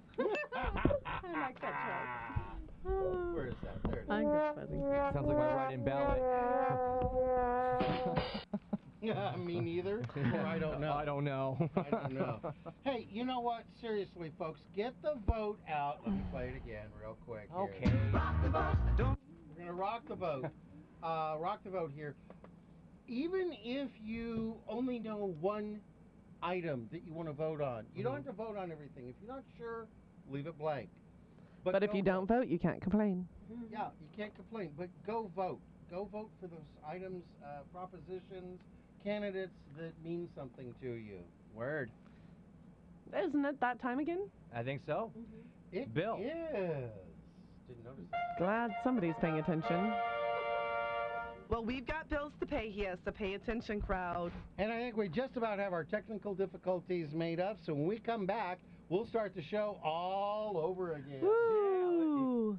[SPEAKER 1] I like that joke. Where is that? There it is.
[SPEAKER 3] I think that's
[SPEAKER 4] Sounds like my write-in ballot.
[SPEAKER 1] Yeah, me neither. Or I don't know.
[SPEAKER 4] I don't know.
[SPEAKER 1] I don't know. hey, you know what? Seriously, folks, get the vote out. Let me play it again real quick. here.
[SPEAKER 4] Okay.
[SPEAKER 1] Rock the boat. We're gonna rock the boat. uh, rock the boat here. Even if you only know one item that you want to vote on, you
[SPEAKER 3] Mm-hmm.
[SPEAKER 1] don't have to vote on everything. If you're not sure, leave it blank.
[SPEAKER 3] But, if
[SPEAKER 1] go
[SPEAKER 3] you don't vote, you can't complain.
[SPEAKER 1] yeah, you can't complain, but go vote. Go vote for those items, uh, propositions, candidates that mean something to you. Word.
[SPEAKER 3] Isn't it that time again?
[SPEAKER 4] I think so.
[SPEAKER 1] It
[SPEAKER 4] Bill.
[SPEAKER 1] is. Didn't notice that.
[SPEAKER 3] Glad somebody's paying attention. Well, we've got bills to pay here, so pay attention, crowd.
[SPEAKER 1] And I think we just about have our technical difficulties made up, so when we come back, we'll start the show all over again.
[SPEAKER 3] Woo!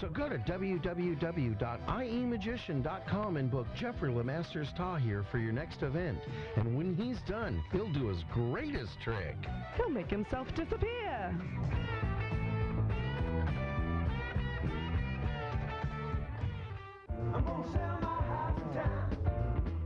[SPEAKER 9] So go to E www.iemagician.com and book Jeffrey Lemasters Tahir for your next event. And when he's done, he'll do his greatest trick.
[SPEAKER 19] He'll make himself disappear.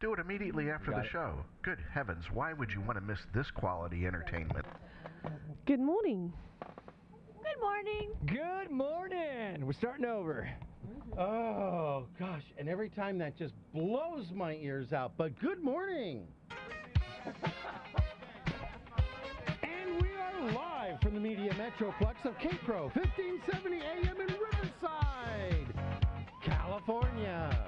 [SPEAKER 11] Do it immediately after
[SPEAKER 12] Got
[SPEAKER 11] the
[SPEAKER 12] it.
[SPEAKER 11] show. Good heavens, why would you want to miss this quality entertainment?
[SPEAKER 3] Good morning.
[SPEAKER 5] Good morning.
[SPEAKER 1] Good morning. We're starting over. Oh gosh, and every time that just blows my ears out. But good morning. and we are live from the Media Metroplex of Cape Crow, 1570 AM in Riverside, California.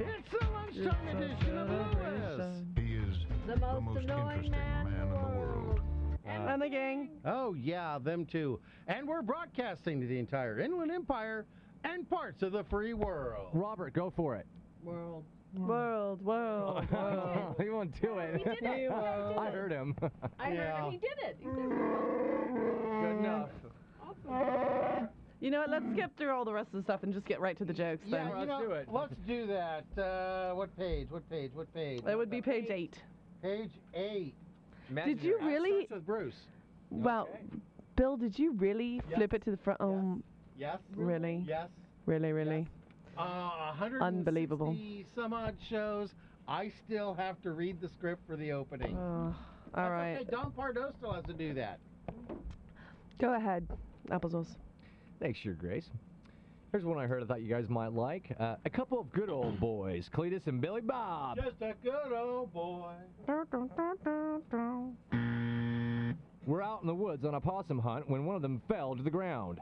[SPEAKER 1] It's the lunchtime edition of Lewis.
[SPEAKER 2] He is
[SPEAKER 5] The most, annoying man.
[SPEAKER 1] And the gang. Oh, yeah, them too. And we're broadcasting to the entire Inland Empire and parts of the free world. Robert, go for it.
[SPEAKER 3] World. World, world, world.
[SPEAKER 4] Oh, he won't do it.
[SPEAKER 3] Oh, he did it. He won't do
[SPEAKER 4] I
[SPEAKER 3] it.
[SPEAKER 4] heard him.
[SPEAKER 3] I heard
[SPEAKER 4] yeah.
[SPEAKER 3] he
[SPEAKER 5] did it.
[SPEAKER 1] Mm,
[SPEAKER 4] Good enough.
[SPEAKER 3] You know what? Let's skip through all the rest of the stuff and just get right to the jokes
[SPEAKER 1] Yeah,
[SPEAKER 3] then.
[SPEAKER 1] you know, Let's do that. Uh, what page? What page? What page?
[SPEAKER 3] It would be page eight.
[SPEAKER 1] Page eight.
[SPEAKER 3] Did you
[SPEAKER 1] Imaginary.
[SPEAKER 3] really-
[SPEAKER 1] Starts with Bruce.
[SPEAKER 3] Well, Bill, did you really
[SPEAKER 1] Yes.
[SPEAKER 3] flip it to the front? Oh,
[SPEAKER 1] Yes.
[SPEAKER 3] really?
[SPEAKER 1] Yes.
[SPEAKER 3] Really, really?
[SPEAKER 1] Uh,
[SPEAKER 3] Unbelievable.
[SPEAKER 1] 160 Some odd shows. I still have to read the script for the opening.
[SPEAKER 3] Oh, all
[SPEAKER 1] That's
[SPEAKER 3] right.
[SPEAKER 1] Okay. Don Pardo still has to do that.
[SPEAKER 3] Go ahead, applesauce.
[SPEAKER 4] Thanks, Your Grace. Here's one I heard I thought you guys might like. Uh, a couple of good old boys, Cletus and Billy Bob.
[SPEAKER 1] Just a good old boy.
[SPEAKER 4] We're out in the woods on a possum hunt when one of them fell to the ground.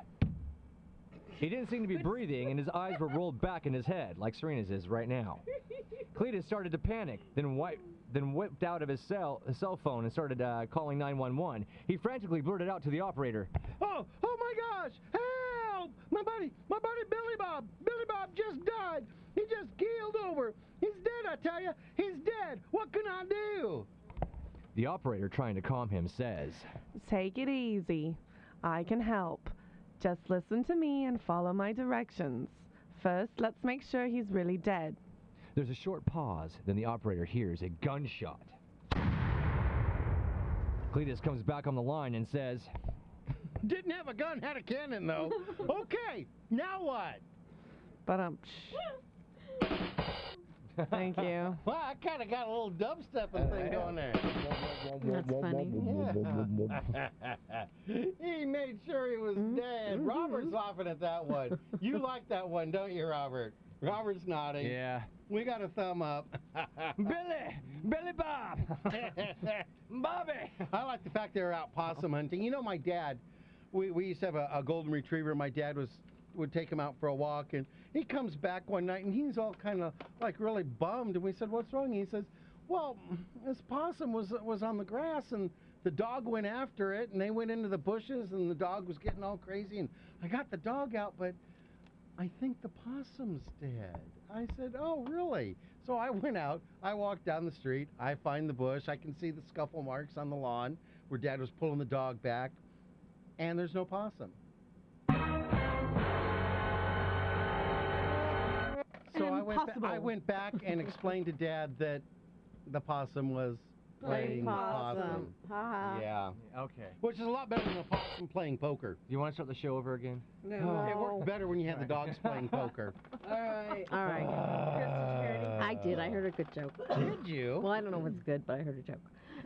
[SPEAKER 4] He didn't seem to be breathing, and his eyes were rolled back in his head, like Serena's is right now. Cletus started to panic, then wiped, then whipped out of his cell his cell phone and started uh, calling 911. He frantically blurted out to the operator,
[SPEAKER 1] Oh, oh my gosh! Help! My buddy, my buddy Billy Bob, Billy Bob just died. He just keeled over. He's dead, I tell you. He's dead. What can I do?
[SPEAKER 4] "The operator, trying to calm him, says."
[SPEAKER 3] Take it easy. I can help. Just listen to me and follow my directions. First, let's make sure he's really dead.
[SPEAKER 4] There's a short pause, then the operator hears a gunshot. Cletus comes back on the line and says,
[SPEAKER 1] Didn't have a gun, had a cannon though. okay, now what?
[SPEAKER 3] But um. Thank you.
[SPEAKER 1] Well, I kind of got a little dubstep and thing going there.
[SPEAKER 3] That's funny.
[SPEAKER 1] he made sure he was dead. Robert's laughing at that one. You like that one, don't you, Robert? Robert's nodding.
[SPEAKER 4] Yeah.
[SPEAKER 1] We got a thumb up.
[SPEAKER 20] Billy! Billy Bob!
[SPEAKER 1] Bobby! I like the fact they were out possum hunting. You know, my dad, we, we used to have a, a golden retriever. My dad was would take him out for a walk, and he comes back one night, and he's all kind of like really bummed. And we said, "What's wrong?" he says, "Well, this possum was was on the grass, and the dog went after it, and they went into the bushes, and the dog was getting all crazy, and I got the dog out, but." I think the possum's dead. I said, Oh, really? So I went out, I walked down the street, I find the bush, I can see the scuffle marks on the lawn where dad was pulling the dog back, and there's no possum. So I went, ba- I
[SPEAKER 2] Impossible.
[SPEAKER 1] went back and explained to dad that the possum was playing, possum. Yeah.
[SPEAKER 4] Okay.
[SPEAKER 1] Which is a lot better than a possum playing poker.
[SPEAKER 4] You want to start the show over again?
[SPEAKER 1] It worked better when you had the dogs playing poker. Uh.
[SPEAKER 7] All right. All right. I did. I heard a good joke.
[SPEAKER 1] Did you?
[SPEAKER 7] Well, I don't know what's good, but I heard a joke.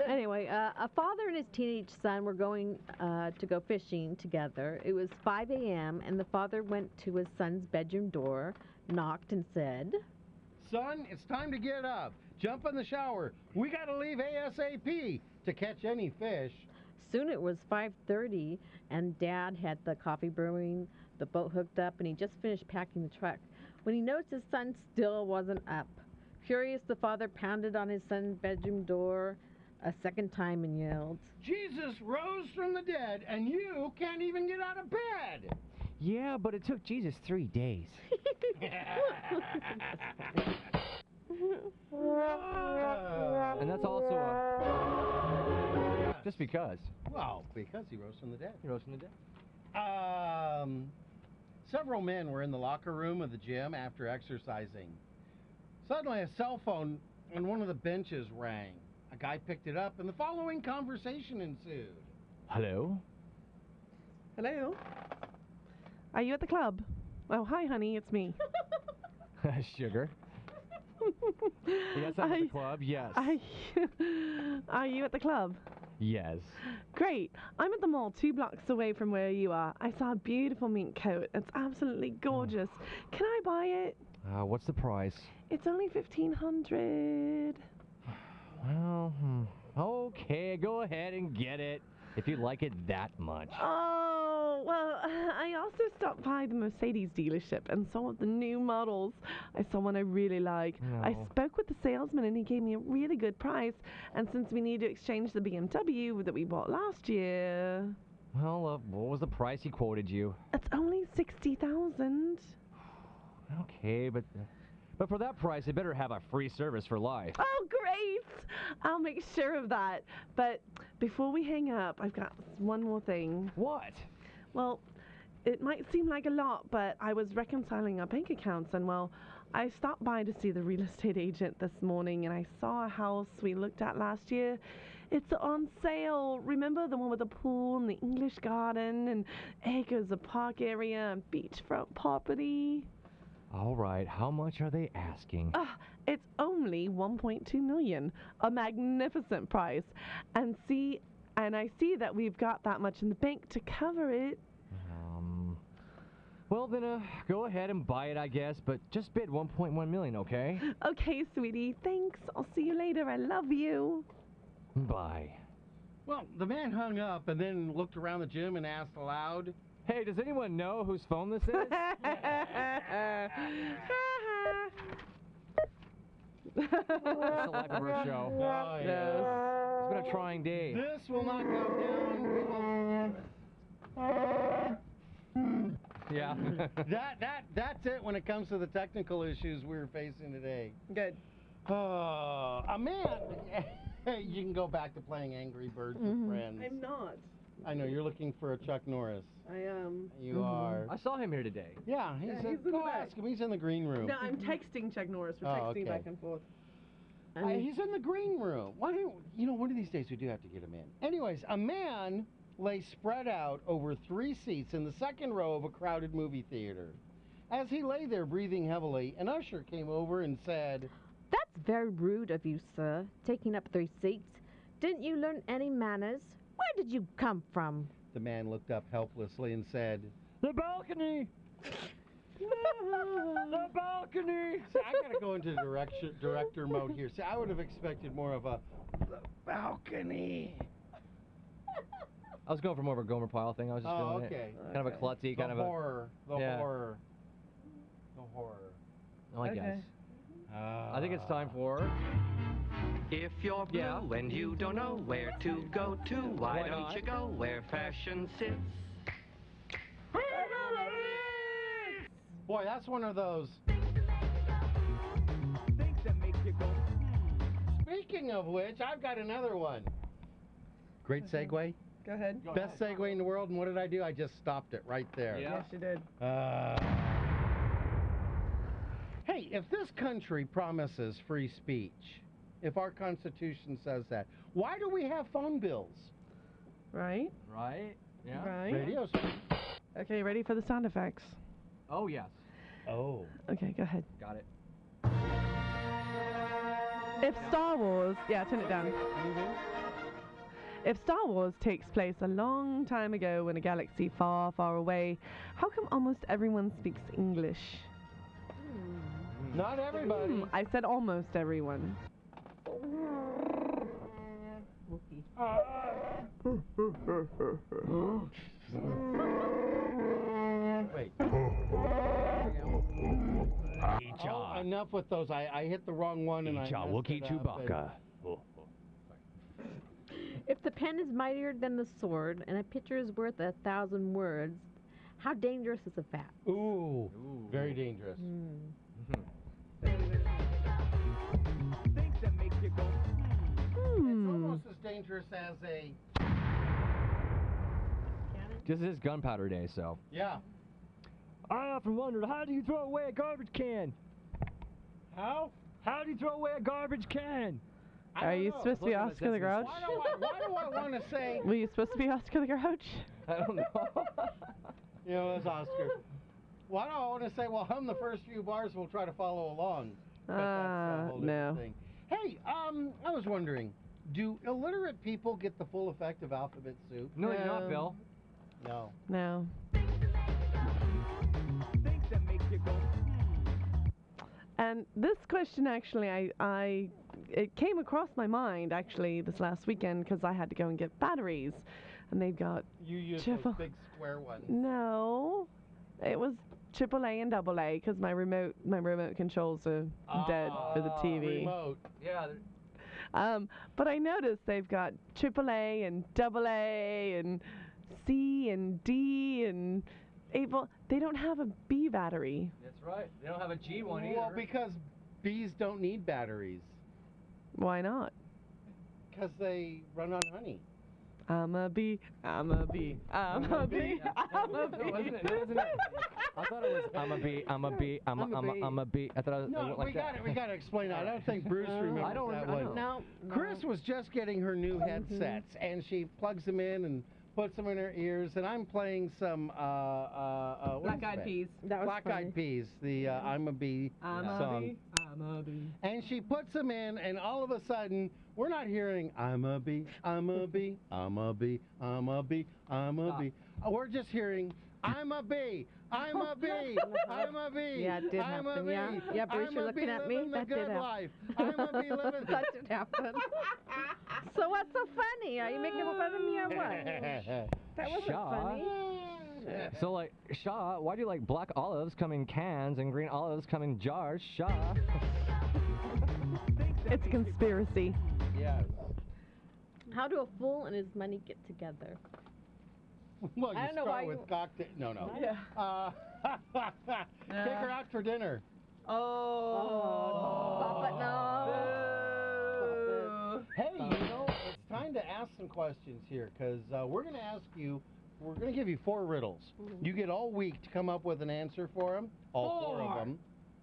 [SPEAKER 7] Anyway, uh, a father and his teenage son were going uh, to go fishing together. It was 5 a.m., and the father went to his son's bedroom door, knocked, and said,
[SPEAKER 1] Son, it's time to get up. Jump in the shower. We got to leave ASAP to catch any fish.
[SPEAKER 7] Soon it was 5:30, and Dad had the coffee brewing, the boat hooked up, and he just finished packing the truck. When he noticed his son still wasn't up, furious, the father pounded on his son's bedroom door a second time and yelled,
[SPEAKER 1] Jesus rose from the dead, and you can't even get out of bed.
[SPEAKER 21] Yeah, but it took Jesus three days.
[SPEAKER 4] And that's also a. Just because.
[SPEAKER 1] Well, because he rose from the dead.
[SPEAKER 4] He rose from the dead.
[SPEAKER 1] Um, several men were in the locker room of the gym after exercising. Suddenly, a cell phone on one of the benches rang. A guy picked it up, and the following conversation ensued.
[SPEAKER 4] Hello?
[SPEAKER 3] Hello. Are you at the club? Oh, hi, honey. It's me.
[SPEAKER 4] Sugar. Yes, I'm at the club. Yes.
[SPEAKER 3] Are you, are you at the club?
[SPEAKER 4] Yes.
[SPEAKER 3] Great. I'm at the mall two blocks away from where you are. I saw a beautiful mink coat. It's absolutely gorgeous.
[SPEAKER 4] Oh.
[SPEAKER 3] Can I buy it?
[SPEAKER 4] Uh, what's the price?
[SPEAKER 3] It's only 1500
[SPEAKER 4] Well, hmm. okay, go ahead and get it if you like it that much.
[SPEAKER 3] Oh, well, I also stopped by the Mercedes dealership and saw the new models. I saw one I really like. I
[SPEAKER 4] No.
[SPEAKER 3] spoke with the salesman and he gave me a really good price. And since we need to exchange the BMW that we bought last year,
[SPEAKER 4] Well, uh, what was the price he quoted you?
[SPEAKER 3] it's only 60,000.
[SPEAKER 4] Okay, but uh, but for that price, they better have a free service for life.
[SPEAKER 3] Oh, great! I'll make sure of that. But before we hang up, I've got one more thing.
[SPEAKER 4] What?
[SPEAKER 3] Well, it might seem like a lot, but I was reconciling our bank accounts, and well, I stopped by to see the real estate agent this morning, and I saw a house we looked at last year. It's on sale. Remember the one with the pool and the English garden and acres of park area and beachfront property?
[SPEAKER 4] All right, how much are they asking?
[SPEAKER 3] Ah, it's only 1.2 million, a magnificent price. And see, and I see that we've got that much in the bank to cover it.
[SPEAKER 4] Um, well then, uh, go ahead and buy it, I guess. But just bid 1.1 million, okay?
[SPEAKER 3] Okay, sweetie, thanks. I'll see you later. I love you.
[SPEAKER 4] Bye.
[SPEAKER 1] Well, the man hung up and then looked around the gym and asked aloud,
[SPEAKER 4] Hey, does anyone know whose phone this is? That's the life of our show.
[SPEAKER 1] Oh,
[SPEAKER 4] yes. It's been a trying day.
[SPEAKER 1] This will not go down. We will-
[SPEAKER 4] Yeah.
[SPEAKER 1] that that that's it when it comes to the technical issues we were facing today.
[SPEAKER 3] Good.
[SPEAKER 1] Uh, a man. you can go back to playing Angry Birds with friends.
[SPEAKER 3] not.
[SPEAKER 1] I know you're looking for a Chuck Norris.
[SPEAKER 3] I um, am.
[SPEAKER 1] You are.
[SPEAKER 4] I saw him here today.
[SPEAKER 1] Yeah, he's,
[SPEAKER 3] Yeah,
[SPEAKER 1] a-
[SPEAKER 3] he's in the
[SPEAKER 1] go
[SPEAKER 3] back.
[SPEAKER 1] ask him. He's in the green room.
[SPEAKER 3] No, I'm texting Chuck Norris. We're
[SPEAKER 1] Oh,
[SPEAKER 3] texting
[SPEAKER 1] okay.
[SPEAKER 3] back and forth.
[SPEAKER 1] Uh, he's in the green room. Why don't you know? One of these days we do have to get him in. Anyways, a man lay spread out over three seats in the second row of a crowded movie theater. As he lay there breathing heavily, an usher came over and said,
[SPEAKER 7] That's very rude of you, sir, taking up three seats. Didn't you learn any manners? Where did you come from?
[SPEAKER 1] The man looked up helplessly and said,
[SPEAKER 21] The balcony! the balcony!
[SPEAKER 1] See, I gotta go into direction, director mode here. See, I would have expected more of a "The balcony.
[SPEAKER 4] I was going for more of a Gomer Pyle thing. I was just
[SPEAKER 1] Oh,
[SPEAKER 4] feeling
[SPEAKER 1] okay.
[SPEAKER 4] it. Kind of a klutzy,
[SPEAKER 1] The
[SPEAKER 4] kind of
[SPEAKER 1] horror,
[SPEAKER 4] a
[SPEAKER 1] the
[SPEAKER 4] yeah.
[SPEAKER 1] horror, the horror.
[SPEAKER 4] I
[SPEAKER 1] Okay.
[SPEAKER 4] guess. I think it's time for.
[SPEAKER 6] If you're blue
[SPEAKER 4] Yeah.
[SPEAKER 6] and you don't know where to go to, why,
[SPEAKER 4] Why
[SPEAKER 6] don't
[SPEAKER 4] not?
[SPEAKER 6] you go where fashion sits?
[SPEAKER 1] Ah. Boy, that's one of those. Speaking of which, I've got another one. Great segue.
[SPEAKER 3] Go ahead.
[SPEAKER 1] Best segue in the world, and what did I do? I just stopped it right there.
[SPEAKER 3] Yes, you did.
[SPEAKER 1] Uh, hey, if this country promises free speech, if our Constitution says that, why do we have phone bills?
[SPEAKER 3] Right?
[SPEAKER 4] Right? Yeah.
[SPEAKER 3] Right?
[SPEAKER 1] Radio.
[SPEAKER 3] Okay, ready for the sound effects?
[SPEAKER 4] Oh, yes.
[SPEAKER 1] Oh.
[SPEAKER 3] Okay, go ahead.
[SPEAKER 4] Got it.
[SPEAKER 3] If Star Wars, yeah, turn it down. Mm-hmm. If Star Wars takes place a long time ago in a galaxy far, far away, how come almost everyone speaks English?
[SPEAKER 1] Not everybody.
[SPEAKER 3] Hmm, I said almost everyone. Hmm.
[SPEAKER 1] Wait. Oh, enough with those. I, I hit the wrong one and I.
[SPEAKER 21] Echa
[SPEAKER 1] messed
[SPEAKER 21] Wookie
[SPEAKER 1] it up, and-
[SPEAKER 21] Chewbacca.
[SPEAKER 7] If the pen is mightier than the sword and a picture is worth a thousand words, how dangerous is a fact?
[SPEAKER 1] Ooh, very dangerous.
[SPEAKER 3] Hmm.
[SPEAKER 1] It's almost as dangerous as a.
[SPEAKER 4] This is Gunpowder Day, so.
[SPEAKER 1] Yeah.
[SPEAKER 20] I often wondered how do you throw away a garbage can?
[SPEAKER 1] How?
[SPEAKER 20] How do you throw away a garbage can?
[SPEAKER 1] I
[SPEAKER 3] Are
[SPEAKER 1] don't
[SPEAKER 3] you
[SPEAKER 1] know.
[SPEAKER 3] supposed to be
[SPEAKER 20] Look at
[SPEAKER 3] Oscar the
[SPEAKER 20] this,
[SPEAKER 3] Grouch?
[SPEAKER 1] Why do I, why do I want to say?
[SPEAKER 3] Were you supposed to be Oscar the Grouch?
[SPEAKER 4] I don't know.
[SPEAKER 1] You know, it's Oscar. Why do I want to say? Well, hum the first few bars. We'll try to follow along. But that's a
[SPEAKER 3] Ah,
[SPEAKER 1] whole
[SPEAKER 3] no.
[SPEAKER 1] different thing. Hey, um, I was wondering, do illiterate people get the full effect of alphabet soup?
[SPEAKER 4] No, you're
[SPEAKER 1] Um,
[SPEAKER 4] not, Bill.
[SPEAKER 1] No.
[SPEAKER 3] No. And this question actually, I, I, it came across my mind actually this last weekend because I had to go and get batteries, and they've got
[SPEAKER 1] You use
[SPEAKER 3] Triple-
[SPEAKER 1] those big square ones.
[SPEAKER 3] no, it was triple A and double A because my remote, my remote controls are dead for the
[SPEAKER 4] Ah,
[SPEAKER 3] TV.
[SPEAKER 1] Remote.
[SPEAKER 4] Yeah.
[SPEAKER 3] Um, but I noticed they've got triple A and double A and C and D and eight volt. They don't have a B battery.
[SPEAKER 4] That's right. They don't have a G one either.
[SPEAKER 1] Well, because bees don't need batteries
[SPEAKER 3] Why not?
[SPEAKER 1] because they run on honey.
[SPEAKER 3] I'm a bee. I'm a bee. I'm a bee. I'm a bee.
[SPEAKER 4] Wasn't it- wasn't it- I thought it was I'm a bee, I'm a bee, I'm a,
[SPEAKER 1] I'm a
[SPEAKER 4] I'm a,
[SPEAKER 1] bee.
[SPEAKER 4] I'm a bee. I thought I was, it
[SPEAKER 1] No,
[SPEAKER 4] went like
[SPEAKER 1] we
[SPEAKER 4] that.
[SPEAKER 1] got it. We got to explain that. I don't think Bruce remembers
[SPEAKER 4] I don't
[SPEAKER 1] that
[SPEAKER 4] remember- I
[SPEAKER 1] one. Chris was just getting her new
[SPEAKER 3] Mm-hmm.
[SPEAKER 1] headsets, and she plugs them in and puts them in her ears. And I'm playing some uh, uh, uh, what
[SPEAKER 3] Black
[SPEAKER 1] is the
[SPEAKER 3] Eyed
[SPEAKER 1] band?
[SPEAKER 3] Peas. That was
[SPEAKER 1] Black
[SPEAKER 3] funny.
[SPEAKER 1] Eyed Peas, the uh, I'm a Bee
[SPEAKER 3] I'm a
[SPEAKER 1] song.
[SPEAKER 3] bee. I'm a bee.
[SPEAKER 1] And she puts them in, and all of a sudden, we're not hearing I'm a bee, I'm a bee, I'm a bee, I'm a bee, I'm a bee.
[SPEAKER 7] Ah.
[SPEAKER 1] Uh, We're just hearing I'm a bee, I'm a bee, I'm a bee.
[SPEAKER 7] Yeah, it did
[SPEAKER 1] I'm a
[SPEAKER 7] happen, yeah.
[SPEAKER 1] bee,
[SPEAKER 7] Yeah, Bruce,
[SPEAKER 1] I'm
[SPEAKER 7] you're
[SPEAKER 1] a
[SPEAKER 7] looking
[SPEAKER 1] bee
[SPEAKER 7] at me,
[SPEAKER 1] living The
[SPEAKER 7] that did
[SPEAKER 1] good
[SPEAKER 7] happen.
[SPEAKER 1] life. I'm a bee living.
[SPEAKER 7] That did happen. so what's so funny? Are you making fun of me or what? That wasn't
[SPEAKER 4] Shaw.
[SPEAKER 7] funny.
[SPEAKER 4] So like, Shaw, why do you like black olives come in cans and green olives come in jars? Shaw.
[SPEAKER 3] It's a conspiracy.
[SPEAKER 1] Yes.
[SPEAKER 7] How do a fool and his money get together?
[SPEAKER 1] Well, you
[SPEAKER 7] I don't know
[SPEAKER 1] start
[SPEAKER 7] why you-
[SPEAKER 1] with cocktail. No, no.
[SPEAKER 7] Yeah. Uh.
[SPEAKER 1] Uh, Take her out for dinner.
[SPEAKER 7] Oh.
[SPEAKER 1] Hey, you know, it's time to ask some questions here because uh, we're going to ask you, we're
[SPEAKER 2] Mm-hmm.
[SPEAKER 1] going to give you four riddles. You get all week to come up with an answer for them, all four, of them.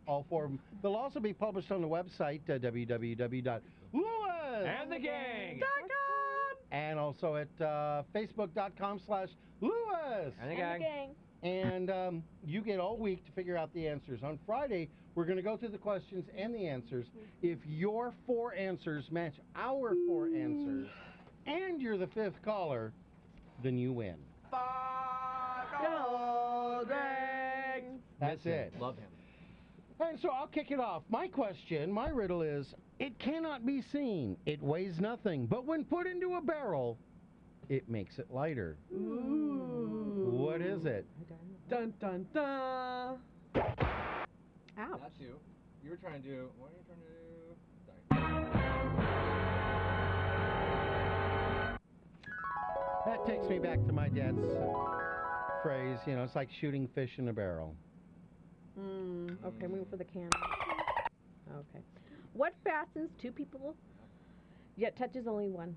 [SPEAKER 1] all four of them. They'll also be published on the website, uh, www.lewis.
[SPEAKER 2] And the gang.
[SPEAKER 1] dot com, And also at uh, facebook.com slash Lewis.
[SPEAKER 2] And the And the gang.
[SPEAKER 1] And um, you get all week to figure out the answers. On Friday, we're going to go through the questions and the answers. If your four answers match our four answers, and you're the fifth caller, then you win. That's it.
[SPEAKER 2] Love him.
[SPEAKER 1] And so I'll kick it off. My question, my riddle is it cannot be seen, it weighs nothing, but when put into a barrel, it makes it lighter. What is it?
[SPEAKER 3] Dun dun dun.
[SPEAKER 7] Ouch.
[SPEAKER 4] That's you. You were trying to do. What are you trying to do?
[SPEAKER 1] That takes me back to my dad's uh, phrase, you know, it's like shooting fish in a barrel.
[SPEAKER 7] Mm, okay, moving for the can. Okay. What fastens two people, yet touches only one?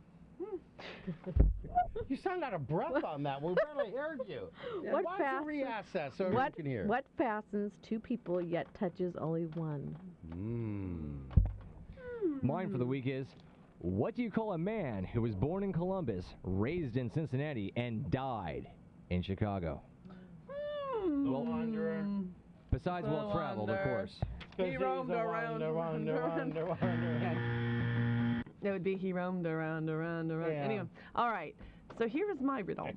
[SPEAKER 1] You sound out of breath on that. We barely heard you.
[SPEAKER 7] What
[SPEAKER 1] Why
[SPEAKER 7] fast-
[SPEAKER 1] don't you reassess so
[SPEAKER 7] what,
[SPEAKER 1] you can hear?
[SPEAKER 7] What fastens two people, yet touches only one?
[SPEAKER 4] Mine for the week is What do you call a man who was born in Columbus, raised in Cincinnati, and died in Chicago?
[SPEAKER 3] Hmm.
[SPEAKER 2] Well, wanderer.
[SPEAKER 4] Besides well traveled, of
[SPEAKER 2] Wanderer.
[SPEAKER 4] course.
[SPEAKER 2] He roamed around,
[SPEAKER 1] around, around,
[SPEAKER 3] That would be he roamed around, around, around.
[SPEAKER 2] Yeah.
[SPEAKER 3] Anyway, all right. So here is my riddle.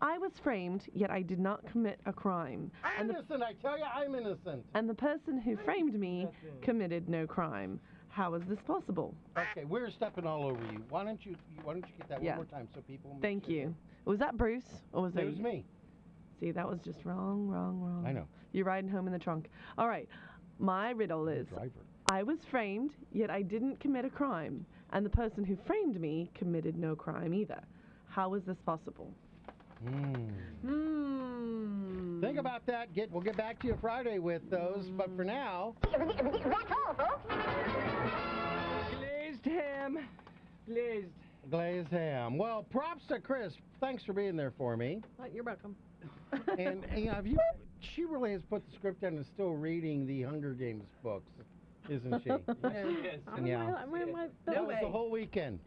[SPEAKER 3] I was framed, yet I did not commit a crime.
[SPEAKER 1] I'm innocent, I tell you, I'm innocent.
[SPEAKER 3] And the person who framed me committed no crime. How is this possible?
[SPEAKER 1] Okay, we're stepping all over you. Why don't you, you why don't you get that
[SPEAKER 3] Yeah.
[SPEAKER 1] one more time so people make
[SPEAKER 3] Thank
[SPEAKER 1] sure-
[SPEAKER 3] you. Was that Bruce or was
[SPEAKER 1] It
[SPEAKER 3] that
[SPEAKER 1] was
[SPEAKER 3] you?
[SPEAKER 1] me.
[SPEAKER 3] See, that was just wrong, wrong, wrong.
[SPEAKER 1] I know.
[SPEAKER 3] You're riding home in the trunk. All right. My riddle is
[SPEAKER 1] driver.
[SPEAKER 3] I was framed, yet I didn't commit a crime. And the person who framed me committed no crime either. How is this possible?
[SPEAKER 1] Hmm.
[SPEAKER 7] Mm.
[SPEAKER 1] Think about that. Get we'll get back to you Friday with those, but for now
[SPEAKER 2] Glazed ham. Glazed.
[SPEAKER 1] glazed ham. Well, props to Chris. Thanks for being there for me.
[SPEAKER 7] you're welcome.
[SPEAKER 1] and you know, have you she really has put the script down and is still reading the Hunger Games books, isn't she?
[SPEAKER 7] I'm
[SPEAKER 1] Yeah.
[SPEAKER 7] my- I'm in my-
[SPEAKER 1] That
[SPEAKER 7] no
[SPEAKER 1] was
[SPEAKER 7] way.
[SPEAKER 1] the whole weekend.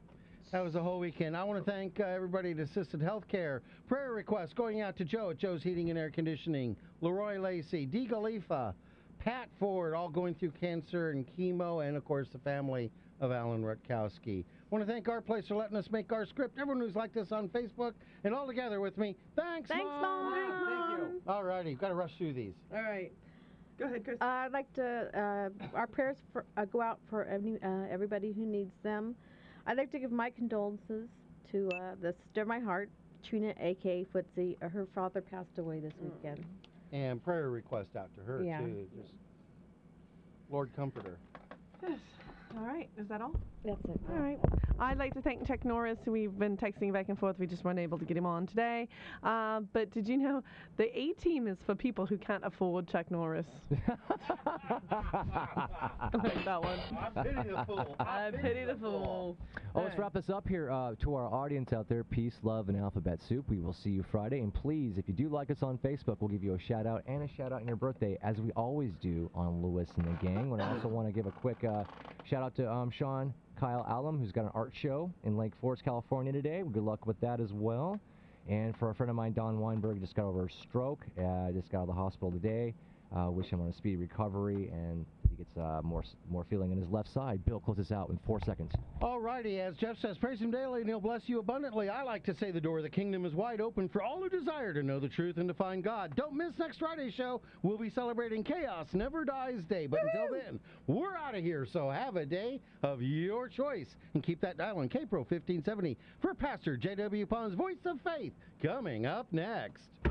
[SPEAKER 1] That was the whole weekend. I want to thank uh, everybody at Assisted Healthcare. Prayer requests going out to Joe at Joe's Heating and Air Conditioning, Leroy Lacey, Dee Khalifa, Pat Ford, all going through cancer and chemo, and of course the family of Alan Rutkowski. want to thank our place for letting us make our script. Everyone who's liked us on Facebook and all together with me. Thanks,
[SPEAKER 7] Thanks,
[SPEAKER 1] Mom.
[SPEAKER 7] Mom. Thank you.
[SPEAKER 1] All righty, got to rush through these.
[SPEAKER 7] All right. Go ahead, Chris. Uh, I'd like to. Uh, our prayers for, uh, go out for any, uh, everybody who needs them. I'd like to give my condolences to uh, the sister of my heart, Trina, A.K. Footsie. Uh, Her father passed away this
[SPEAKER 1] Mm.
[SPEAKER 7] weekend.
[SPEAKER 1] And prayer request out to her
[SPEAKER 7] Yeah.
[SPEAKER 1] too. Just Lord comfort her.
[SPEAKER 3] Yes. All right. Is that all?
[SPEAKER 7] That's it.
[SPEAKER 3] All right. I'd like to thank Chuck Norris, who we've been texting back and forth. We just weren't able to get him on today. Uh, but did you know the A team is for people who can't afford Chuck Norris? I like that one.
[SPEAKER 2] I pity the fool. I
[SPEAKER 3] I pity the fool.
[SPEAKER 4] Oh, let's wrap this up here. Uh, to our audience out there, peace, love, and alphabet soup. We will see you Friday. And please, if you do like us on Facebook, we'll give you a shout out and a shout out on your birthday, as we always do on Lewis and the Gang. And I also want to give a quick uh, shout out to um, Sean Kyle Allam, who's got an art show in Lake Forest, California today. Good luck with that as well. And for a friend of mine, Don Weinberg, just got over a stroke. Uh, just got out of the hospital today. Uh, wish him on a speedy recovery, and he gets uh, more s- more feeling in his left side. Bill closes out in four seconds.
[SPEAKER 1] Alrighty, as Jeff says, praise him daily and he'll bless you abundantly. I like to say the door of the kingdom is wide open for all who desire to know the truth and to find God. Don't miss next Friday's show. We'll be celebrating Chaos Never Dies Day. But until then, we're out of here. So have a day of your choice and keep that dial on KPRO 1570 for Pastor J.W. Pond's Voice of Faith coming up next.